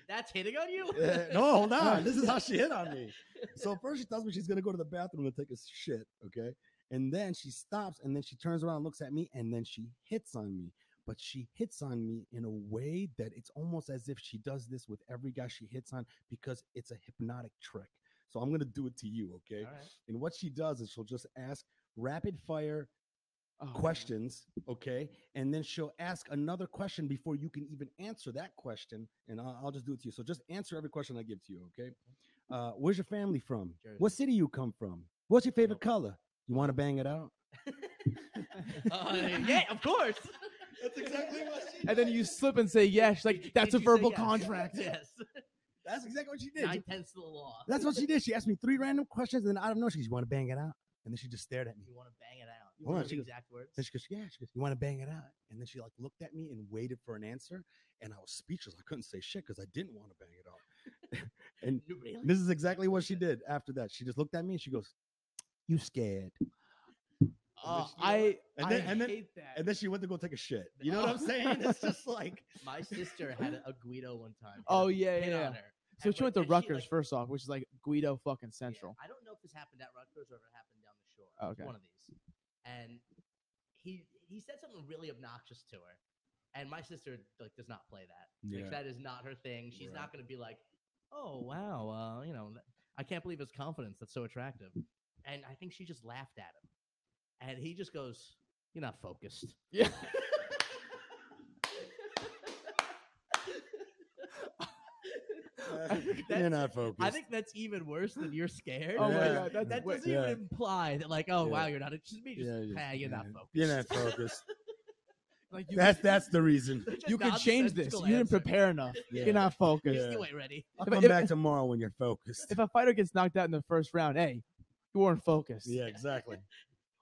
Speaker 2: That's hitting
Speaker 1: <laughs>
Speaker 2: on you.
Speaker 3: Eh, <laughs>
Speaker 1: Uh,
Speaker 3: no, hold on. This is how she hit on me. So first she tells me she's gonna go to the bathroom and take a shit, okay? And then she stops and then she turns around and looks at me and then she hits on me. But she hits on me in a way that it's almost as if she does this with every guy she hits on because it's a hypnotic trick. So I'm gonna do it to you, okay?
Speaker 2: All right.
Speaker 3: And what she does is she'll just ask rapid fire
Speaker 1: Oh, man.
Speaker 3: questions, okay? And then she'll ask another question before you can even answer that question. And I'll, I'll just do it to you. So just answer every question I give to you, okay? Uh, where's your family from? What
Speaker 2: Jersey.
Speaker 3: city you come from? What's your favorite
Speaker 2: Nope.
Speaker 3: color? You want to bang it out?
Speaker 2: Uh, yeah, of
Speaker 1: <laughs>
Speaker 2: course.
Speaker 3: That's exactly what she
Speaker 1: And then you slip and say yes. She's like, that's a
Speaker 2: Did you say
Speaker 1: verbal
Speaker 2: yes?"
Speaker 1: contract.
Speaker 2: <laughs> Yes.
Speaker 3: That's exactly what she did.
Speaker 2: Nine
Speaker 3: She-
Speaker 2: tenths of the law.
Speaker 3: That's what she did. She asked me three random questions, and then I don't know. She goes, "You want to bang it out?" And then she just stared at me.
Speaker 2: You want to bang it out.
Speaker 3: Hold on,
Speaker 2: Those
Speaker 3: she goes-
Speaker 2: exact words. <laughs>
Speaker 3: And she goes, "Yeah." She goes, "You want to bang it out?" And then she like looked at me and waited for an answer, and I was speechless. I couldn't say shit because I didn't want to bang it out. and
Speaker 2: You really?
Speaker 3: this is exactly what she did after that. She just looked at me and she goes, "You scared?"
Speaker 1: Oh,
Speaker 3: she-
Speaker 1: I,
Speaker 3: and
Speaker 1: I
Speaker 3: then- and then-
Speaker 1: hate that.
Speaker 3: And then she went to go take a shit. You know what I'm saying?
Speaker 1: <laughs>
Speaker 3: It's just like
Speaker 2: My sister had a, a Guido one time. hit
Speaker 1: oh, yeah,
Speaker 2: on-
Speaker 1: yeah.
Speaker 2: hit
Speaker 1: yeah.
Speaker 2: on her.
Speaker 1: So
Speaker 2: And
Speaker 1: she
Speaker 2: when-
Speaker 1: went to
Speaker 2: and she, like,
Speaker 1: Rutgers first off, which is like Guido fucking
Speaker 2: Yeah,
Speaker 1: Central.
Speaker 2: I don't know if this happened at Rutgers or if it happened down the shore.
Speaker 1: Oh,
Speaker 2: It's
Speaker 1: okay.
Speaker 2: One of these. And he he said something really obnoxious to her. And my sister like does not play that. Like,
Speaker 3: Yeah.
Speaker 2: that is not her thing. She's
Speaker 3: Right.
Speaker 2: not going to be like, "Oh, wow, uh, you know, th- I can't believe his confidence. That's so attractive." And I think she just laughed at him. And he just goes, "You're not focused."
Speaker 3: <laughs>
Speaker 1: Yeah.
Speaker 3: you're <laughs>
Speaker 2: <laughs> That's-
Speaker 3: not focused.
Speaker 2: I think that's even worse than you're scared.
Speaker 1: <laughs> Oh
Speaker 3: Yeah.
Speaker 1: my god, that's
Speaker 2: That
Speaker 1: way-
Speaker 2: doesn't
Speaker 3: Yeah.
Speaker 2: even imply that, like, oh
Speaker 3: Yeah.
Speaker 2: wow, you're not. It's just me. Just,
Speaker 3: Yeah,
Speaker 2: yeah,
Speaker 3: you-
Speaker 2: you're not
Speaker 3: yeah.
Speaker 2: focused. <laughs>
Speaker 3: You're not focused.
Speaker 1: like <laughs> you. <laughs>
Speaker 3: that's that's the reason.
Speaker 2: Such a
Speaker 1: you could change this.
Speaker 2: nonsensical
Speaker 1: You didn't
Speaker 2: answer.
Speaker 1: prepare enough.
Speaker 3: Yeah.
Speaker 1: You're not focused.
Speaker 2: <laughs> You
Speaker 3: Yeah.
Speaker 2: still ain't ready.
Speaker 3: I'll
Speaker 1: If I-
Speaker 3: come
Speaker 1: if-
Speaker 3: back tomorrow when you're focused.
Speaker 1: If a fighter gets knocked out in the first round, hey, you weren't focused.
Speaker 3: Yeah, exactly.
Speaker 2: You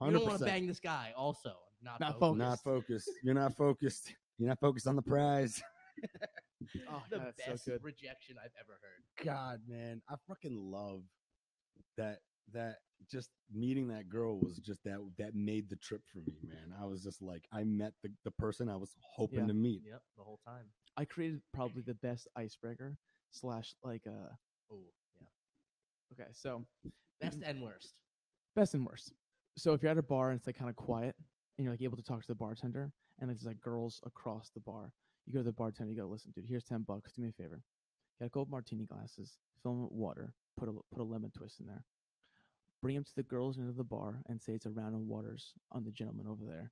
Speaker 3: Hundred
Speaker 2: don't want to
Speaker 3: percent.
Speaker 2: bang this guy. Also, not,
Speaker 1: Not
Speaker 2: focused.
Speaker 3: Not focused. You're not focused. You're not focused on the prize.
Speaker 1: Oh,
Speaker 2: The
Speaker 1: God, that's
Speaker 2: best
Speaker 1: so good.
Speaker 2: rejection I've ever heard.
Speaker 3: God, man, I fucking love that. That just meeting that girl was just that that made the trip for me, man. I was just like, I met the, the person I was hoping
Speaker 1: Yeah.
Speaker 3: to meet.
Speaker 2: Yep, the whole time.
Speaker 1: I created probably the best icebreaker slash like uh
Speaker 2: Oh, yeah.
Speaker 1: okay so
Speaker 2: Best and worst.
Speaker 1: best and worst. So if you're at a bar and it's like kind of quiet and you're like able to talk to the bartender and like, there's like girls across the bar, you go to the bartender, you go, listen, dude, here's ten bucks. Do me a favor. Get a gold martini glasses, fill 'em with water, put a put a lemon twist in there. Bring them to the girls into the bar and say it's a round of waters on the gentleman over there.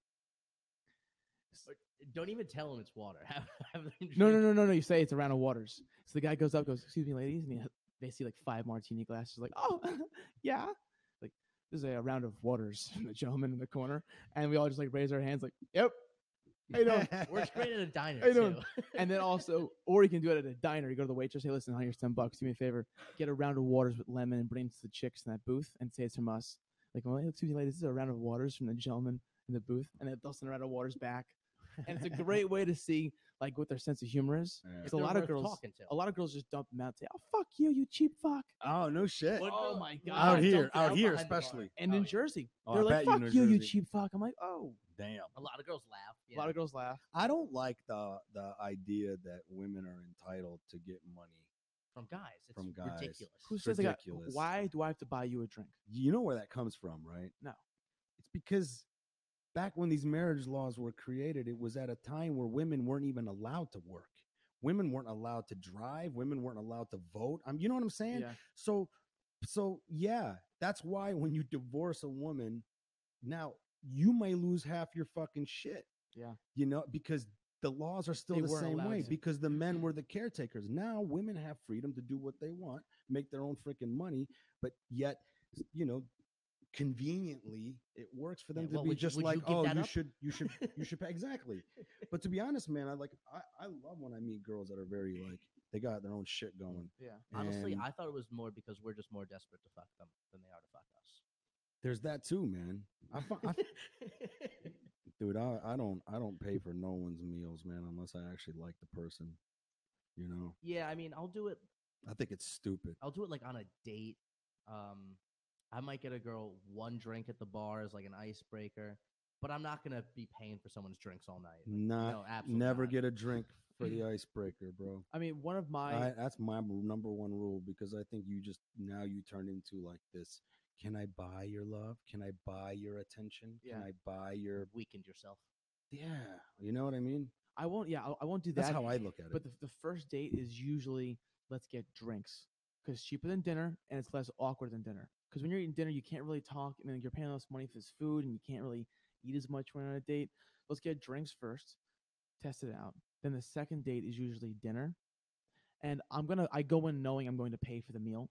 Speaker 2: Don't even tell him it's water. <laughs> Have, have them
Speaker 1: No, no,
Speaker 2: drink-
Speaker 1: no, no, no. You say it's a round of waters. So the guy goes up, goes, "Excuse me, ladies," and he, ha- they see like five martini glasses. Like, oh, <laughs> yeah. Like this is a round of waters <laughs> from the gentleman in the corner, and we all just like raise our hands, like, "Yep." Hey, no.
Speaker 2: <laughs> Works great at a diner
Speaker 1: Hey, no.
Speaker 2: too. <laughs>
Speaker 1: and then also, or you can do it at a diner. You go to the waitress, hey, listen, honey, here's ten bucks. Do me a favor, get a round of waters with lemon and bring it to the chicks in that booth and say it's from us. Like, well, hey, excuse me, ladies, this is a round of waters from the gentleman in the booth, and then they'll send a round of waters back. And it's a great way to see like what their sense of humor is.
Speaker 3: Yeah.
Speaker 1: Because a
Speaker 2: They're
Speaker 1: lot of
Speaker 2: worth
Speaker 1: girls,
Speaker 2: talking to.
Speaker 1: a lot of girls just dump them out and say, "Oh fuck you, you cheap fuck."
Speaker 3: Oh no shit!
Speaker 2: What
Speaker 1: Oh
Speaker 2: girl-
Speaker 1: my
Speaker 2: what
Speaker 1: God.
Speaker 2: girl
Speaker 3: out here,
Speaker 2: dumped it
Speaker 3: out here
Speaker 2: behind the bar?
Speaker 3: especially.
Speaker 1: And
Speaker 2: Oh,
Speaker 1: in
Speaker 2: yeah.
Speaker 1: Jersey,
Speaker 3: Oh, I
Speaker 1: they're like,
Speaker 3: bet
Speaker 1: "Fuck
Speaker 3: in New
Speaker 1: you, you
Speaker 3: Jersey.
Speaker 1: cheap fuck." I'm like, "Oh."
Speaker 3: Damn.
Speaker 2: A lot of girls laugh.
Speaker 1: A lot of girls laugh.
Speaker 3: I don't like the the idea that women are entitled to get money.
Speaker 2: from guys. It's
Speaker 3: From guys.
Speaker 2: ridiculous.
Speaker 1: Who
Speaker 3: It's
Speaker 1: says I got?
Speaker 3: ridiculous.
Speaker 1: Why do I have to buy you a drink?
Speaker 3: You know where that comes from, right?
Speaker 1: No.
Speaker 3: It's because back when these marriage laws were created, it was at a time where women weren't even allowed to work. Women weren't allowed to drive. Women weren't allowed to vote. Um, you know what I'm saying?
Speaker 1: Yeah.
Speaker 3: So, so yeah, that's why when you divorce a woman, now you may lose half your fucking shit.
Speaker 1: Yeah.
Speaker 3: You know, because the laws are still
Speaker 1: They
Speaker 3: the
Speaker 1: weren't
Speaker 3: same
Speaker 1: allowed
Speaker 3: way
Speaker 1: to.
Speaker 3: because the
Speaker 2: Mm-hmm.
Speaker 3: men were the caretakers. Now women have freedom to do what they want, make their own freaking money, but yet, you know, conveniently it works for
Speaker 2: Yeah,
Speaker 3: them to
Speaker 2: well,
Speaker 3: be
Speaker 2: would you-
Speaker 3: just
Speaker 2: would you
Speaker 3: like,
Speaker 2: give
Speaker 3: oh,
Speaker 2: that
Speaker 3: you
Speaker 2: up?"
Speaker 3: should, you should,
Speaker 2: <laughs>
Speaker 3: you should pay. Exactly. But to be honest, man, I like, I, I love when I meet girls that are very like, they got their own shit going.
Speaker 1: Yeah.
Speaker 2: Honestly,
Speaker 3: and-
Speaker 2: I thought it was more because we're just more desperate to fuck them than they are to fuck us. <laughs>
Speaker 3: There's that too, man. I, fi- I, dude I, I don't i don't pay for no one's meals man unless i actually like the person you know
Speaker 2: Yeah, I mean, I'll do it.
Speaker 3: i think it's stupid
Speaker 2: I'll do it like on a date. Um, I might get a girl one drink at the bar as like an icebreaker, but I'm not gonna be paying for someone's drinks all night. Like,
Speaker 3: not
Speaker 2: no, absolutely.
Speaker 3: never
Speaker 2: not.
Speaker 3: get a drink
Speaker 1: <clears throat>
Speaker 3: for the icebreaker bro
Speaker 1: I mean, one of my
Speaker 3: I, that's my m- number one rule because I think you just now you turn into like this. Can I buy your love? Can I buy your attention?
Speaker 1: Yeah.
Speaker 3: Can I buy your
Speaker 2: weakened yourself.
Speaker 3: yeah? You know what I mean?
Speaker 1: I won't. Yeah, I, I won't do
Speaker 3: That's
Speaker 1: that.
Speaker 3: how I look at it.
Speaker 1: But the, the first date is usually let's get drinks because cheaper than dinner and it's less awkward than dinner. Because when you're eating dinner, you can't really talk. I mean, you're paying all this money for this food and you can't really eat as much when on a date. Let's get drinks first, test it out. Then the second date is usually dinner, and I'm gonna I go in knowing I'm going to pay for the meal,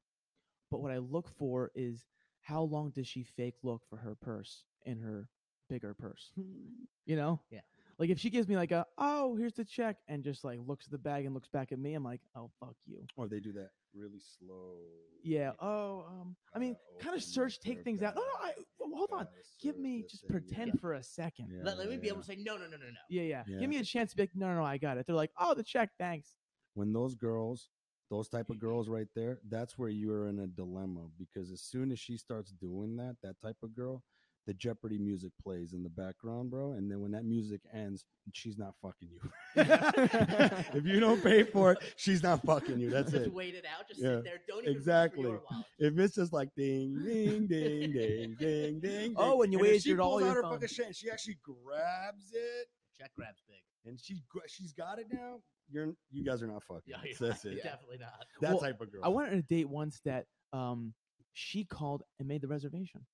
Speaker 1: but what I look for is how long does she fake look for her purse in her bigger purse, <laughs> you know?
Speaker 2: Yeah.
Speaker 1: Like if she gives me like a oh here's the check and just like looks at the bag and looks back at me, I'm like oh fuck you.
Speaker 3: or they do that really slow.
Speaker 1: Yeah. Oh, um, I mean,
Speaker 3: Gotta
Speaker 1: kind
Speaker 3: open
Speaker 1: of search,
Speaker 3: up
Speaker 1: take
Speaker 3: their
Speaker 1: things out. No, no, I
Speaker 3: bag,
Speaker 1: well, hold on.
Speaker 3: gotta
Speaker 1: Give
Speaker 3: search
Speaker 1: me
Speaker 3: this
Speaker 1: just
Speaker 3: thing, yeah.
Speaker 1: pretend for a second. Yeah.
Speaker 3: Yeah,
Speaker 2: let, let me be able
Speaker 3: yeah.
Speaker 2: to say no, no, no, no, no.
Speaker 1: Yeah,
Speaker 3: Yeah.
Speaker 1: Give me a chance to be like, no, no, no, I got it. They're like, oh, the check, thanks.
Speaker 3: when those girls, those type of girls right there, that's where you're in a dilemma because as soon as she starts doing that, that type of girl, the Jeopardy music plays in the background, bro. And then when that music ends, she's not fucking you. <laughs> if you don't pay for it, she's not fucking you. That's
Speaker 2: <laughs> just
Speaker 3: it.
Speaker 2: wait it out. Just
Speaker 3: Yeah,
Speaker 2: sit there. Don't even reach
Speaker 3: exactly.
Speaker 2: For your wallet.
Speaker 3: If it's just like ding, ding, ding, ding, ding, ding.
Speaker 1: Oh,
Speaker 3: ding,
Speaker 1: and you
Speaker 3: if she
Speaker 1: wagered all
Speaker 3: pulls out
Speaker 1: your
Speaker 3: her
Speaker 1: phone.
Speaker 3: fucking shit and she actually grabs it
Speaker 2: Check grabs
Speaker 3: <laughs>
Speaker 2: big.
Speaker 3: and she gr- she's got it now. You're you guys are not fucking.
Speaker 2: Yeah,
Speaker 3: That's-
Speaker 2: you're
Speaker 3: That's
Speaker 2: right.
Speaker 3: it.
Speaker 2: Definitely not.
Speaker 3: That
Speaker 1: Well,
Speaker 3: type of girl.
Speaker 1: I went on a date once that um, she called and made the reservation.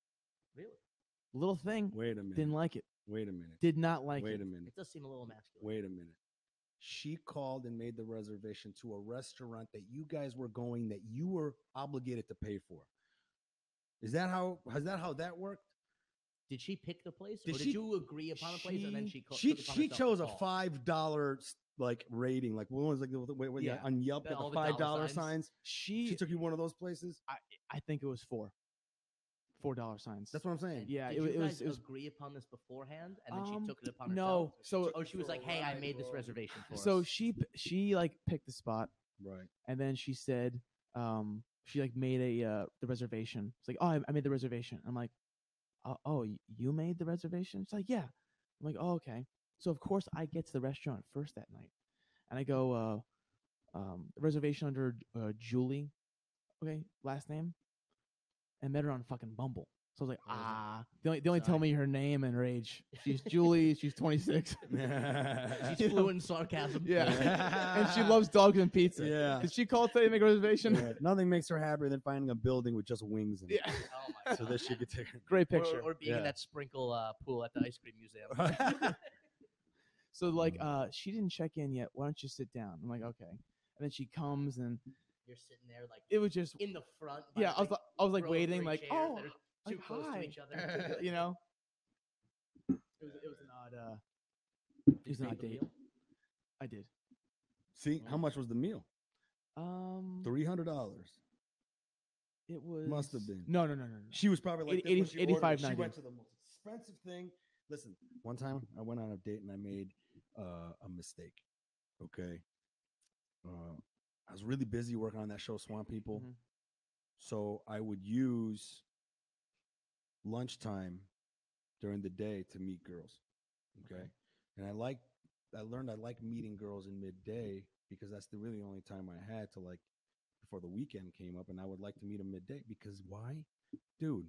Speaker 2: Really,
Speaker 1: Little thing,
Speaker 3: Wait a minute.
Speaker 1: didn't like it.
Speaker 3: Wait a minute.
Speaker 1: Did not like
Speaker 3: Wait
Speaker 1: it.
Speaker 3: a minute.
Speaker 2: it does seem a little masculine.
Speaker 3: Wait a minute. She called and made the reservation to a restaurant that you guys were going that you were obligated to pay for. Is that how is that how that worked?
Speaker 2: Did she pick the place,
Speaker 3: Did
Speaker 2: or
Speaker 3: she-
Speaker 2: did you agree upon a place and then
Speaker 1: she-
Speaker 2: she co-
Speaker 3: she
Speaker 2: took it upon
Speaker 3: she
Speaker 2: herself to
Speaker 3: chose a
Speaker 2: call?
Speaker 3: five dollar like rating. Like what was like the- wait, wait, yeah.
Speaker 1: Yeah.
Speaker 3: on Yelp
Speaker 2: The-
Speaker 3: with
Speaker 2: all
Speaker 3: the
Speaker 2: the
Speaker 3: five
Speaker 2: dollar
Speaker 3: dollar
Speaker 2: signs.
Speaker 3: signs.
Speaker 1: She,
Speaker 3: She took you one of those places.
Speaker 1: I think it was four, four dollar signs.
Speaker 3: That's what I'm saying.
Speaker 2: And
Speaker 1: Yeah,
Speaker 2: did
Speaker 1: it wa-
Speaker 2: you
Speaker 1: it was-
Speaker 2: guys
Speaker 1: it was-
Speaker 2: agree upon this beforehand, and then
Speaker 1: Um,
Speaker 2: she took it upon herself.
Speaker 1: no. So,
Speaker 2: Oh, she was like, "Hey, I made this reservation for us."
Speaker 1: so she p- she like picked the spot.
Speaker 3: Right.
Speaker 1: and then she said um she like made a uh the reservation it's like oh i, I made the reservation i'm like oh, oh y- you made the reservation she's like yeah i'm like oh okay so of course i get to the restaurant first that night and i go uh um reservation under uh, julie okay last name and met her on fucking bumble so i was like
Speaker 2: Oh,
Speaker 1: <laughs>
Speaker 2: is it?
Speaker 1: ah they only, they only tell
Speaker 2: Sorry.
Speaker 1: me her name and her age she's julie she's 26
Speaker 3: <laughs>
Speaker 2: she's fluent in sarcasm. <laughs>
Speaker 1: Yeah. and she loves dogs and pizza
Speaker 3: Yeah.
Speaker 1: did she call today to make a reservation
Speaker 3: Yeah, Nothing makes her happier than finding a building with just wings in it.
Speaker 1: yeah
Speaker 2: Oh
Speaker 1: <laughs>
Speaker 2: my god.
Speaker 3: So that she could take her
Speaker 1: great
Speaker 2: Or-
Speaker 1: picture
Speaker 2: Or, being in
Speaker 3: Yeah.
Speaker 2: that sprinkle uh, pool at the ice cream
Speaker 1: <laughs>
Speaker 2: museum.
Speaker 3: <laughs>
Speaker 1: So like,
Speaker 3: Mm.
Speaker 1: uh, she didn't check in yet. Why don't you sit down? I'm like, okay. And then she comes, and
Speaker 2: You're sitting there like
Speaker 1: it was just
Speaker 2: in the front. by,
Speaker 1: yeah. I was like, I was like
Speaker 2: row of
Speaker 1: waiting,
Speaker 2: three
Speaker 1: like
Speaker 2: chairs
Speaker 1: oh,
Speaker 2: that are
Speaker 1: like,
Speaker 2: too close
Speaker 1: hi.
Speaker 2: to
Speaker 1: <laughs>
Speaker 2: each other.
Speaker 1: you know. It was, it was an odd. Uh, it was an odd date. I did.
Speaker 3: See,
Speaker 1: Mm-hmm.
Speaker 3: how much was the meal?
Speaker 1: Um,
Speaker 3: Three hundred dollars.
Speaker 1: it was
Speaker 3: must have been.
Speaker 1: No, no, no, no, no.
Speaker 3: She was probably like
Speaker 1: Eight-
Speaker 3: this when
Speaker 1: eighty-
Speaker 3: she ordered it.
Speaker 1: 85,
Speaker 3: She
Speaker 1: 90.
Speaker 3: went to the most expensive thing. Listen, one time I went on a date and I made uh, a mistake. Okay, uh, I was really busy working on that show, Swamp People.
Speaker 1: Mhm.
Speaker 3: So I would use lunchtime during the day to meet girls. Okay, and I like I learned I like meeting girls in midday because that's the really only time I had to like before the weekend came up, and I would like to meet them midday because why, dude?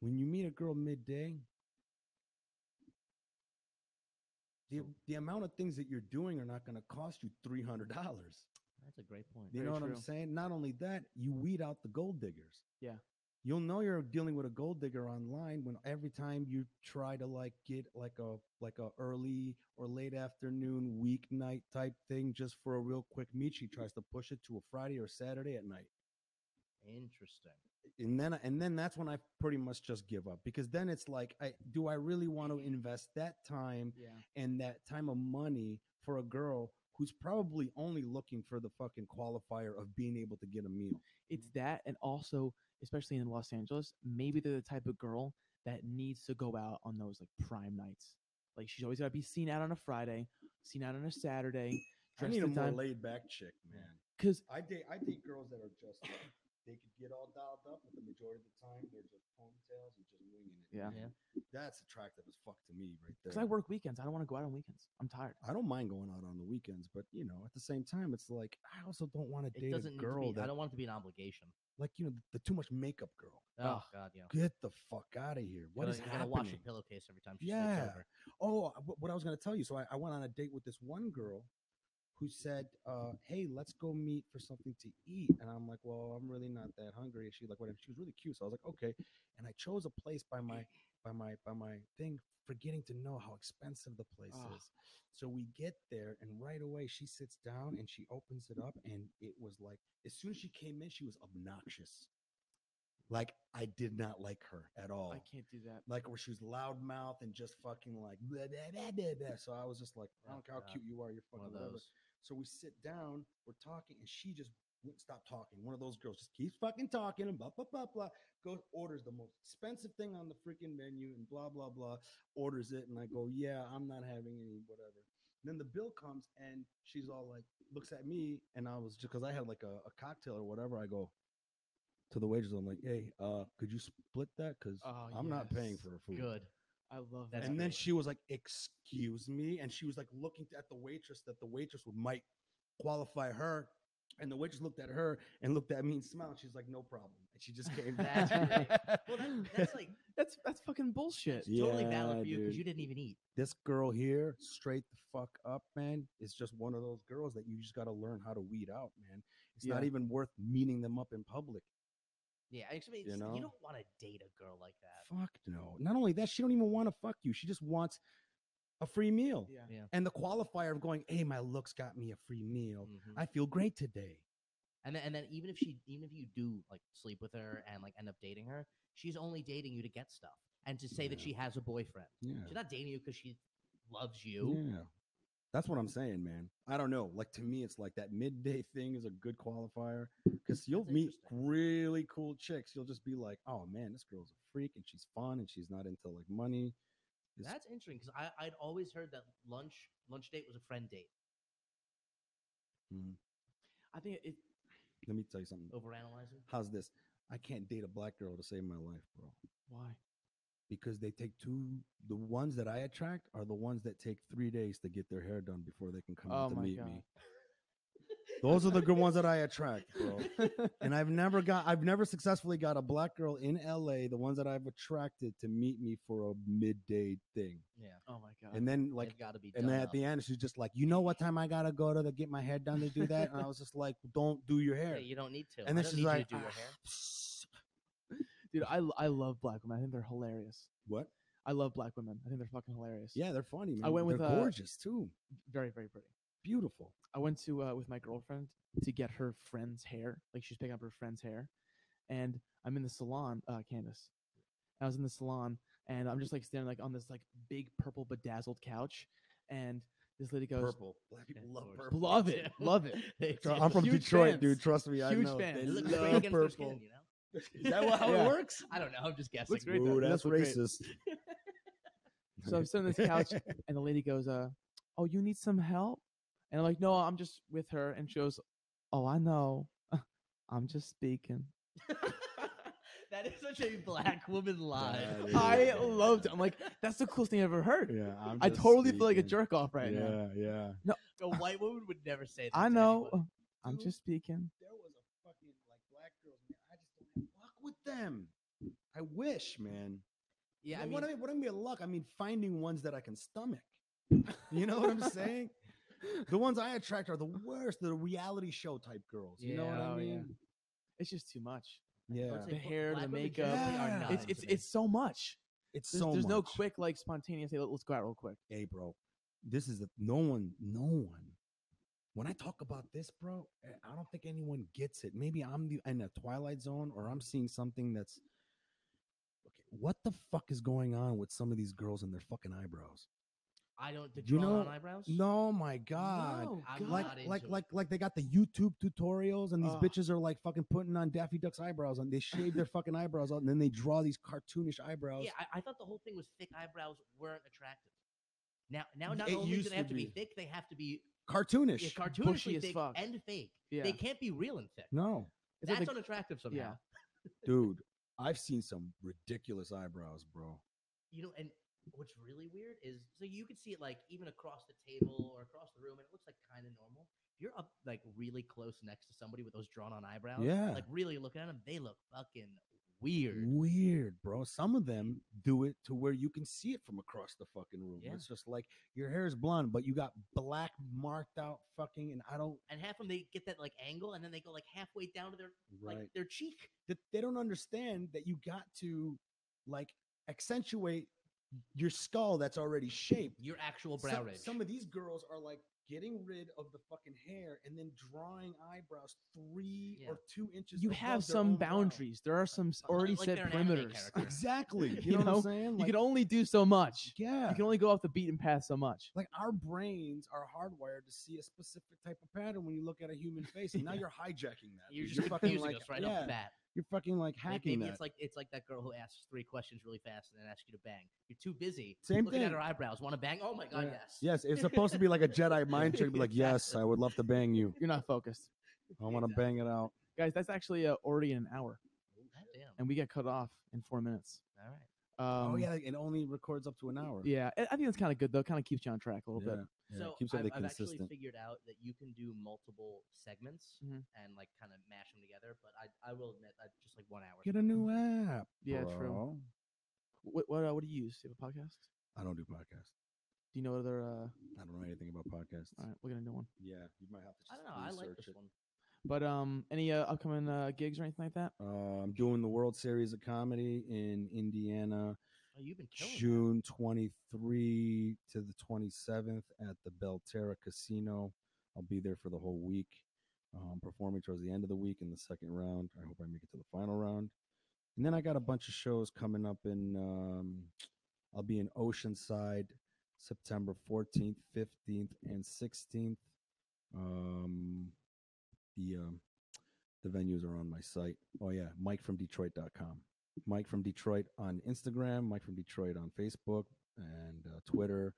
Speaker 3: When you meet a girl midday, the, the amount of things that you're doing are not going to cost you three hundred dollars.
Speaker 2: That's a great point.
Speaker 3: You
Speaker 1: Very
Speaker 3: know what I'm
Speaker 1: true.
Speaker 3: saying? Not only that, you weed out the gold diggers.
Speaker 1: Yeah.
Speaker 3: You'll know you're dealing with a gold digger online when every time you try to like get like a like a early or late afternoon weeknight type thing just for a real quick meet, she tries to push it to a Friday or Saturday at night.
Speaker 2: Interesting.
Speaker 3: And then and then that's when I pretty much just give up because then it's like I do I really want to invest that time
Speaker 1: Yeah.
Speaker 3: and that time of money for a girl who's probably only looking for the fucking qualifier of being able to get a meal.
Speaker 1: It's that, and also especially in Los Angeles, maybe they're the type of girl that needs to go out on those like prime nights. Like she's always got to be seen out on a Friday, seen out on a Saturday.
Speaker 3: I
Speaker 1: dressed
Speaker 3: need
Speaker 1: to
Speaker 3: a more
Speaker 1: dime-
Speaker 3: laid back chick, man.
Speaker 1: Cause
Speaker 3: I date I date girls that are just like, they could get all dialed up, but the majority of the time they're just ponytails and just winging it.
Speaker 1: yeah,
Speaker 2: Yeah.
Speaker 3: That's attractive as fuck to me, right there.
Speaker 1: because I work weekends. I don't want to go out on weekends. I'm tired.
Speaker 3: I don't mind going out on the weekends, but you know, at the same time, it's like I also don't want to
Speaker 2: It
Speaker 3: date a
Speaker 2: doesn't
Speaker 3: girl
Speaker 2: need to be, I
Speaker 3: that
Speaker 2: don't want it to be an obligation.
Speaker 3: like you know the, too much makeup girl.
Speaker 2: Oh,
Speaker 1: Ugh.
Speaker 2: God, yeah.
Speaker 3: Get the fuck out of here! What
Speaker 2: gotta,
Speaker 3: is
Speaker 2: you gotta
Speaker 3: happening?
Speaker 2: wash your pillowcase every time she sleeps
Speaker 3: Yeah.
Speaker 2: over.
Speaker 3: Oh, I- wh- what I was going to tell you. So I, I went on a date with this one girl who said, uh, "Hey, let's go meet for something to eat." And I'm like, "Well, I'm really not that hungry." And she's like, "Whatever." She was really cute, so I was like, "Okay." And I chose a place by my by my by my thing, forgetting to know how expensive the place
Speaker 1: Ah.
Speaker 3: is. So we get there, and right away she sits down and she opens it up, and it was like, as soon as she came in, she was obnoxious. Like I did not like her at all
Speaker 1: I can't do that.
Speaker 3: like where she was loudmouth and just fucking like blah, blah, blah, blah, blah. so i was just like i
Speaker 2: Oh,
Speaker 3: don't care how
Speaker 2: God.
Speaker 3: cute you are you're
Speaker 2: One
Speaker 3: fucking
Speaker 2: of
Speaker 3: whatever.
Speaker 2: those.
Speaker 3: so we sit down we're talking and she just wouldn't stop talking one of those girls just keeps fucking talking and blah blah blah blah goes orders the most expensive thing on the freaking menu and blah blah blah orders it and i go yeah i'm not having any whatever and then the bill comes and she's all like looks at me and i was just because i had like a, a cocktail or whatever i go to the waitress i'm like hey uh could you split that because
Speaker 1: Oh,
Speaker 3: i'm not paying
Speaker 1: yes.
Speaker 3: for her food
Speaker 2: Good.
Speaker 1: I love that.
Speaker 2: That's
Speaker 3: and then
Speaker 2: great.
Speaker 3: she was like, "Excuse me," and she was like looking at the waitress that the waitress would might qualify her, and the waitress looked at her and looked at me and smiled. She's like, "No problem," and she just came
Speaker 2: That's
Speaker 1: <laughs>
Speaker 2: <laughs>
Speaker 3: back.
Speaker 2: great. Well, that, that's like
Speaker 1: that's that's fucking bullshit.
Speaker 3: Yeah,
Speaker 2: totally valid for you
Speaker 3: dude.
Speaker 2: because you didn't even eat.
Speaker 3: this girl here, straight the fuck up, man, is just one of those girls that you just got to learn how to weed out, man. It's not
Speaker 1: Yeah.
Speaker 3: even worth meeting them up in public.
Speaker 2: Yeah, actually,
Speaker 3: You
Speaker 2: you,
Speaker 3: know?
Speaker 2: you don't want to date a girl like that.
Speaker 3: Fuck no. Not only that, she don't even want to fuck you. She just wants a free meal.
Speaker 1: Yeah.
Speaker 3: And the qualifier of going, "Hey, my looks got me a free meal.
Speaker 2: Mhm.
Speaker 3: I feel great today."
Speaker 2: And then, and then even if she, even if you do like sleep with her and like end up dating her, she's only dating you to get stuff and to say that
Speaker 3: Yeah.
Speaker 2: she has a boyfriend.
Speaker 3: Yeah.
Speaker 2: She's not dating you because she loves you.
Speaker 3: Yeah. That's what I'm saying, man. I don't know. Like to me, it's like that midday thing is a good qualifier because you'll
Speaker 2: That's
Speaker 3: meet
Speaker 2: interesting.
Speaker 3: really cool chicks. You'll just be like, oh man, this girl's a freak and she's fun and she's not into like money. It's-
Speaker 2: That's interesting because I I'd always heard that lunch lunch date was a friend date.
Speaker 3: Mm,
Speaker 1: I think it.
Speaker 3: Let me tell you
Speaker 1: Oh.
Speaker 3: something.
Speaker 2: Overanalyzing.
Speaker 3: How's this? I can't date a black girl to save my life, bro.
Speaker 1: Why?
Speaker 3: Because they take two. The ones that I attract are the ones that take three days to get their hair done before they can come
Speaker 1: Oh
Speaker 3: out to
Speaker 1: my
Speaker 3: meet
Speaker 1: God.
Speaker 3: me. Those are the
Speaker 1: <laughs>
Speaker 3: good ones
Speaker 2: <laughs>
Speaker 3: that I attract, bro. and I've never got I've never successfully got a black girl in LA, the ones that I've attracted to meet me for a midday thing.
Speaker 2: Yeah,
Speaker 1: Oh my god.
Speaker 3: And then
Speaker 2: like
Speaker 3: like
Speaker 2: got to be.
Speaker 3: and
Speaker 2: done
Speaker 3: then at
Speaker 2: up.
Speaker 3: the end she's just like, You know what time I gotta go to the, get my hair done to do that? And I was just like, Don't do your
Speaker 2: Yeah,
Speaker 3: hair.
Speaker 2: you don't need to.
Speaker 3: and
Speaker 2: I
Speaker 3: then
Speaker 2: don't
Speaker 3: she's
Speaker 2: need you to
Speaker 3: like
Speaker 2: do your
Speaker 3: "Ah,
Speaker 2: hair.
Speaker 3: psst."
Speaker 1: Dude, I l- I love black women. I think they're hilarious.
Speaker 3: <laughs> What?
Speaker 1: I love black women. I think they're fucking hilarious.
Speaker 3: Yeah, they're funny, man.
Speaker 1: I went with,
Speaker 3: they're
Speaker 1: uh,
Speaker 3: gorgeous too.
Speaker 1: Very very pretty.
Speaker 3: Beautiful.
Speaker 1: I went to uh, with my girlfriend to get her friend's hair. Like she's picking up her friend's hair, and I'm in the salon. Uh, Candace, I was in the salon, and I'm just like standing like on this like big purple bedazzled couch, and this lady goes,
Speaker 3: Purple. Black people
Speaker 2: Yeah,
Speaker 3: love
Speaker 2: gorgeous.
Speaker 3: purple.
Speaker 1: "Love
Speaker 3: <laughs>
Speaker 1: it, love it."
Speaker 2: They
Speaker 3: So
Speaker 2: do.
Speaker 3: I'm from
Speaker 1: Huge
Speaker 3: Detroit,
Speaker 1: fans.
Speaker 3: dude. Trust me, I
Speaker 1: Huge
Speaker 3: know.
Speaker 1: fans.
Speaker 3: They
Speaker 2: It looks
Speaker 3: love
Speaker 2: great against their
Speaker 3: purple.
Speaker 2: skin, you know.
Speaker 3: Is that how
Speaker 1: Yeah.
Speaker 3: it works?
Speaker 2: I don't know. I'm just guessing.
Speaker 1: Looks great though.
Speaker 3: Ooh,
Speaker 1: It
Speaker 3: that's
Speaker 1: looks great. <laughs>
Speaker 3: racist.
Speaker 1: So I'm sitting on this couch, and the lady goes, "Uh, oh, you need some help?" And I'm like, "No, I'm just with her." And she goes, "Oh, I know, <laughs> I'm just speaking."
Speaker 3: <laughs>
Speaker 2: that is such a black woman lie.
Speaker 3: That is-
Speaker 1: I loved. It. I'm like, that's the coolest thing I've ever heard.
Speaker 3: <laughs> Yeah, I'm
Speaker 1: I
Speaker 3: just
Speaker 1: totally feel like a
Speaker 3: speaking.
Speaker 1: jerk off right
Speaker 3: yeah,
Speaker 1: now.
Speaker 3: yeah.
Speaker 2: A white woman would never say that.
Speaker 1: I
Speaker 2: to
Speaker 1: know.
Speaker 2: anyone.
Speaker 1: <laughs> I'm
Speaker 3: Dude.
Speaker 1: just speaking.
Speaker 3: There was a fucking like black girls, man. I just don't have luck with them. I wish, man.
Speaker 2: Yeah, I
Speaker 3: Well,
Speaker 2: mean,
Speaker 3: what I mean, what I mean by luck, I mean finding ones that I can stomach. <laughs> You know what I'm saying? the ones I attract are the worst. They're the reality show type girls. You know what
Speaker 1: Yeah,
Speaker 3: I
Speaker 1: oh, yeah.
Speaker 3: mean?
Speaker 1: It's just too much.
Speaker 3: Yeah,
Speaker 2: I would say
Speaker 1: The
Speaker 2: bl-
Speaker 1: hair,
Speaker 2: black
Speaker 1: the
Speaker 2: women
Speaker 1: makeup.
Speaker 2: generally are
Speaker 3: Yeah.
Speaker 2: not
Speaker 1: It's it's
Speaker 2: into me.
Speaker 1: it's so much.
Speaker 3: it's
Speaker 1: There's,
Speaker 3: so.
Speaker 1: there's no
Speaker 3: much.
Speaker 1: quick like spontaneous. Hey, let- let's go out real quick.
Speaker 3: Hey, bro, this is a, no one. No one. When I talk about this, bro, I- I don't think anyone gets it. Maybe I'm the, in a twilight zone, or I'm seeing something that's. Okay, what the fuck is going on with some of these girls and their fucking eyebrows?
Speaker 2: I don't. The
Speaker 3: You
Speaker 2: drawn on
Speaker 3: know-
Speaker 2: eyebrows.
Speaker 3: No, my god.
Speaker 1: No,
Speaker 2: I'm
Speaker 1: God.
Speaker 2: not
Speaker 3: Like, like,
Speaker 2: into it.
Speaker 3: like, like they got the YouTube tutorials, and these
Speaker 1: Ugh.
Speaker 3: bitches are like fucking putting on Daffy Duck's eyebrows, and they
Speaker 2: <laughs>
Speaker 3: shave their fucking eyebrows out, and then they draw these cartoonish eyebrows.
Speaker 2: Yeah, I, I thought the whole thing was thick eyebrows weren't attractive. Now, now not
Speaker 3: It
Speaker 2: only do
Speaker 3: used
Speaker 2: they
Speaker 3: to
Speaker 2: have to be
Speaker 3: be.
Speaker 2: thick, they have to be
Speaker 3: Cartoonish.
Speaker 2: yeah, cartoonishly
Speaker 1: as
Speaker 2: thick
Speaker 1: fuck.
Speaker 2: and fake.
Speaker 1: Yeah.
Speaker 2: They can't be real and thick. <laughs>
Speaker 3: no,
Speaker 1: It's like
Speaker 2: That's
Speaker 1: the-
Speaker 2: unattractive somehow.
Speaker 1: yeah.
Speaker 3: dude, I've seen some ridiculous eyebrows, bro.
Speaker 2: you know, and what's really weird is so you could see it like even across the table or across the room, and it looks like kind of normal. If you're up like really close next to somebody with those drawn on eyebrows,
Speaker 3: Yeah.
Speaker 2: like really looking at them, they look fucking weird.
Speaker 3: Weird, bro. Some of them do it to where you can see it from across the fucking room.
Speaker 2: Yeah.
Speaker 3: It's just like your hair is blonde, but you got black marked out fucking, and I don't
Speaker 2: And half of them they get that like angle, and then they go like halfway down to their
Speaker 3: right.
Speaker 2: like their cheek.
Speaker 3: that they don't understand that you got to like accentuate your skull that's already shaped.
Speaker 2: Your actual brow
Speaker 3: Some,
Speaker 2: ridge.
Speaker 3: some of these girls are like getting rid of the fucking hair and then drawing eyebrows three
Speaker 2: Yeah.
Speaker 3: or two inches.
Speaker 1: you
Speaker 3: above
Speaker 1: have
Speaker 3: their
Speaker 1: some
Speaker 3: own brow.
Speaker 1: boundaries. There are some s-
Speaker 2: Like-
Speaker 1: already
Speaker 2: like
Speaker 1: set
Speaker 2: they're an anime
Speaker 1: perimeters.
Speaker 2: character.
Speaker 3: Exactly. You,
Speaker 1: You
Speaker 3: know, what
Speaker 1: know?
Speaker 3: I'm saying?
Speaker 1: You can only do so much.
Speaker 3: yeah.
Speaker 1: You can only go off the beaten path so much.
Speaker 3: like our brains are hardwired to see a specific type of pattern when you look at a human
Speaker 2: <laughs>
Speaker 3: face, and now you're hijacking that.
Speaker 2: You're
Speaker 3: <laughs> dude.
Speaker 2: just
Speaker 3: fucking
Speaker 2: confusing
Speaker 3: like
Speaker 2: us right
Speaker 3: yeah,
Speaker 2: off the bat.
Speaker 3: you're fucking like
Speaker 2: May-
Speaker 3: hacking
Speaker 2: Maybe
Speaker 3: that.
Speaker 2: it's like it's like that girl who asks three questions really fast and then asks you to bang. You're too busy
Speaker 3: Same
Speaker 2: looking
Speaker 3: thing.
Speaker 2: at her eyebrows. Want to bang? Oh my god,
Speaker 3: Yeah.
Speaker 2: yes.
Speaker 3: Yes, it's supposed to be like a Jedi mind trick. Be like, yes, I would love to bang you.
Speaker 1: You're not focused,
Speaker 3: I want to
Speaker 2: Exactly.
Speaker 3: bang it out.
Speaker 1: guys. That's actually uh, already an hour,
Speaker 2: God damn.
Speaker 1: and we get cut off in four minutes.
Speaker 2: All right.
Speaker 1: Um,
Speaker 3: oh yeah, it only records up to an hour.
Speaker 1: yeah. I I think that's kind of good though. Kind of keeps you on track a little bit.
Speaker 3: Yeah,
Speaker 2: So
Speaker 3: keeps
Speaker 2: I've,
Speaker 3: everything
Speaker 2: I've actually
Speaker 3: consistent.
Speaker 2: figured out that you can do multiple segments
Speaker 3: Mm-hmm.
Speaker 1: Mhm.
Speaker 2: and like kind of mash them together. But I, I will admit, I just like one hour.
Speaker 3: Get a new
Speaker 2: Mm.
Speaker 3: app.
Speaker 1: Yeah, true.
Speaker 3: bro.
Speaker 1: What what, uh, what do you use? Do you have a podcast?
Speaker 3: I don't do podcasts.
Speaker 1: Do you know other? Uh,
Speaker 3: I don't know anything about podcasts.
Speaker 1: all right, we're gonna do one.
Speaker 3: Yeah, you might have to. Just
Speaker 2: I don't know. I like
Speaker 3: research
Speaker 2: this
Speaker 3: it.
Speaker 2: one.
Speaker 1: But um, any uh, upcoming uh, gigs or anything like that?
Speaker 3: Uh, I'm doing the World Series of Comedy in Indiana,
Speaker 2: Oh, you've been killing. it.
Speaker 3: June 23 to the 27th at the Belterra Casino. I'll be there for the whole week, um, performing towards the end of the week in the second round. I hope I make it to the final round. And then I got a bunch of shows coming up in. Um, I'll be in Oceanside September 14th, 15th, and 16th. Um, the um, the venues are on my site. Oh yeah, Mike from Detroit.com. Mike from Detroit on Instagram. Mike from Detroit on Facebook and uh, Twitter,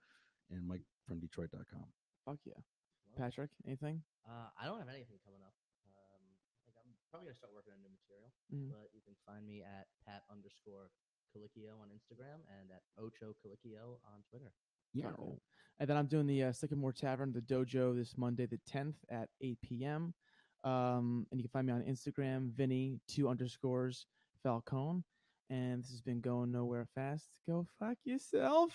Speaker 3: and Mike from Detroit.com.
Speaker 1: Fuck yeah,
Speaker 3: Oh.
Speaker 2: Love it.
Speaker 1: Patrick. Anything?
Speaker 2: Uh, I don't have anything coming up. Um, like I'm probably gonna start working on new material,
Speaker 3: Mm-hmm.
Speaker 1: Mhm.
Speaker 2: but you can find me at pat underscore Colicchio on Instagram and at ocho Colicchio on Twitter.
Speaker 3: Yeah,
Speaker 1: Got it. And then I'm doing the uh, Sycamore Tavern, the dojo, this Monday, the 10th at 8 p.m. Um, and you can find me on Instagram, Vinny, two underscores, Falcone. And this has been Going Nowhere Fast. Go fuck yourself.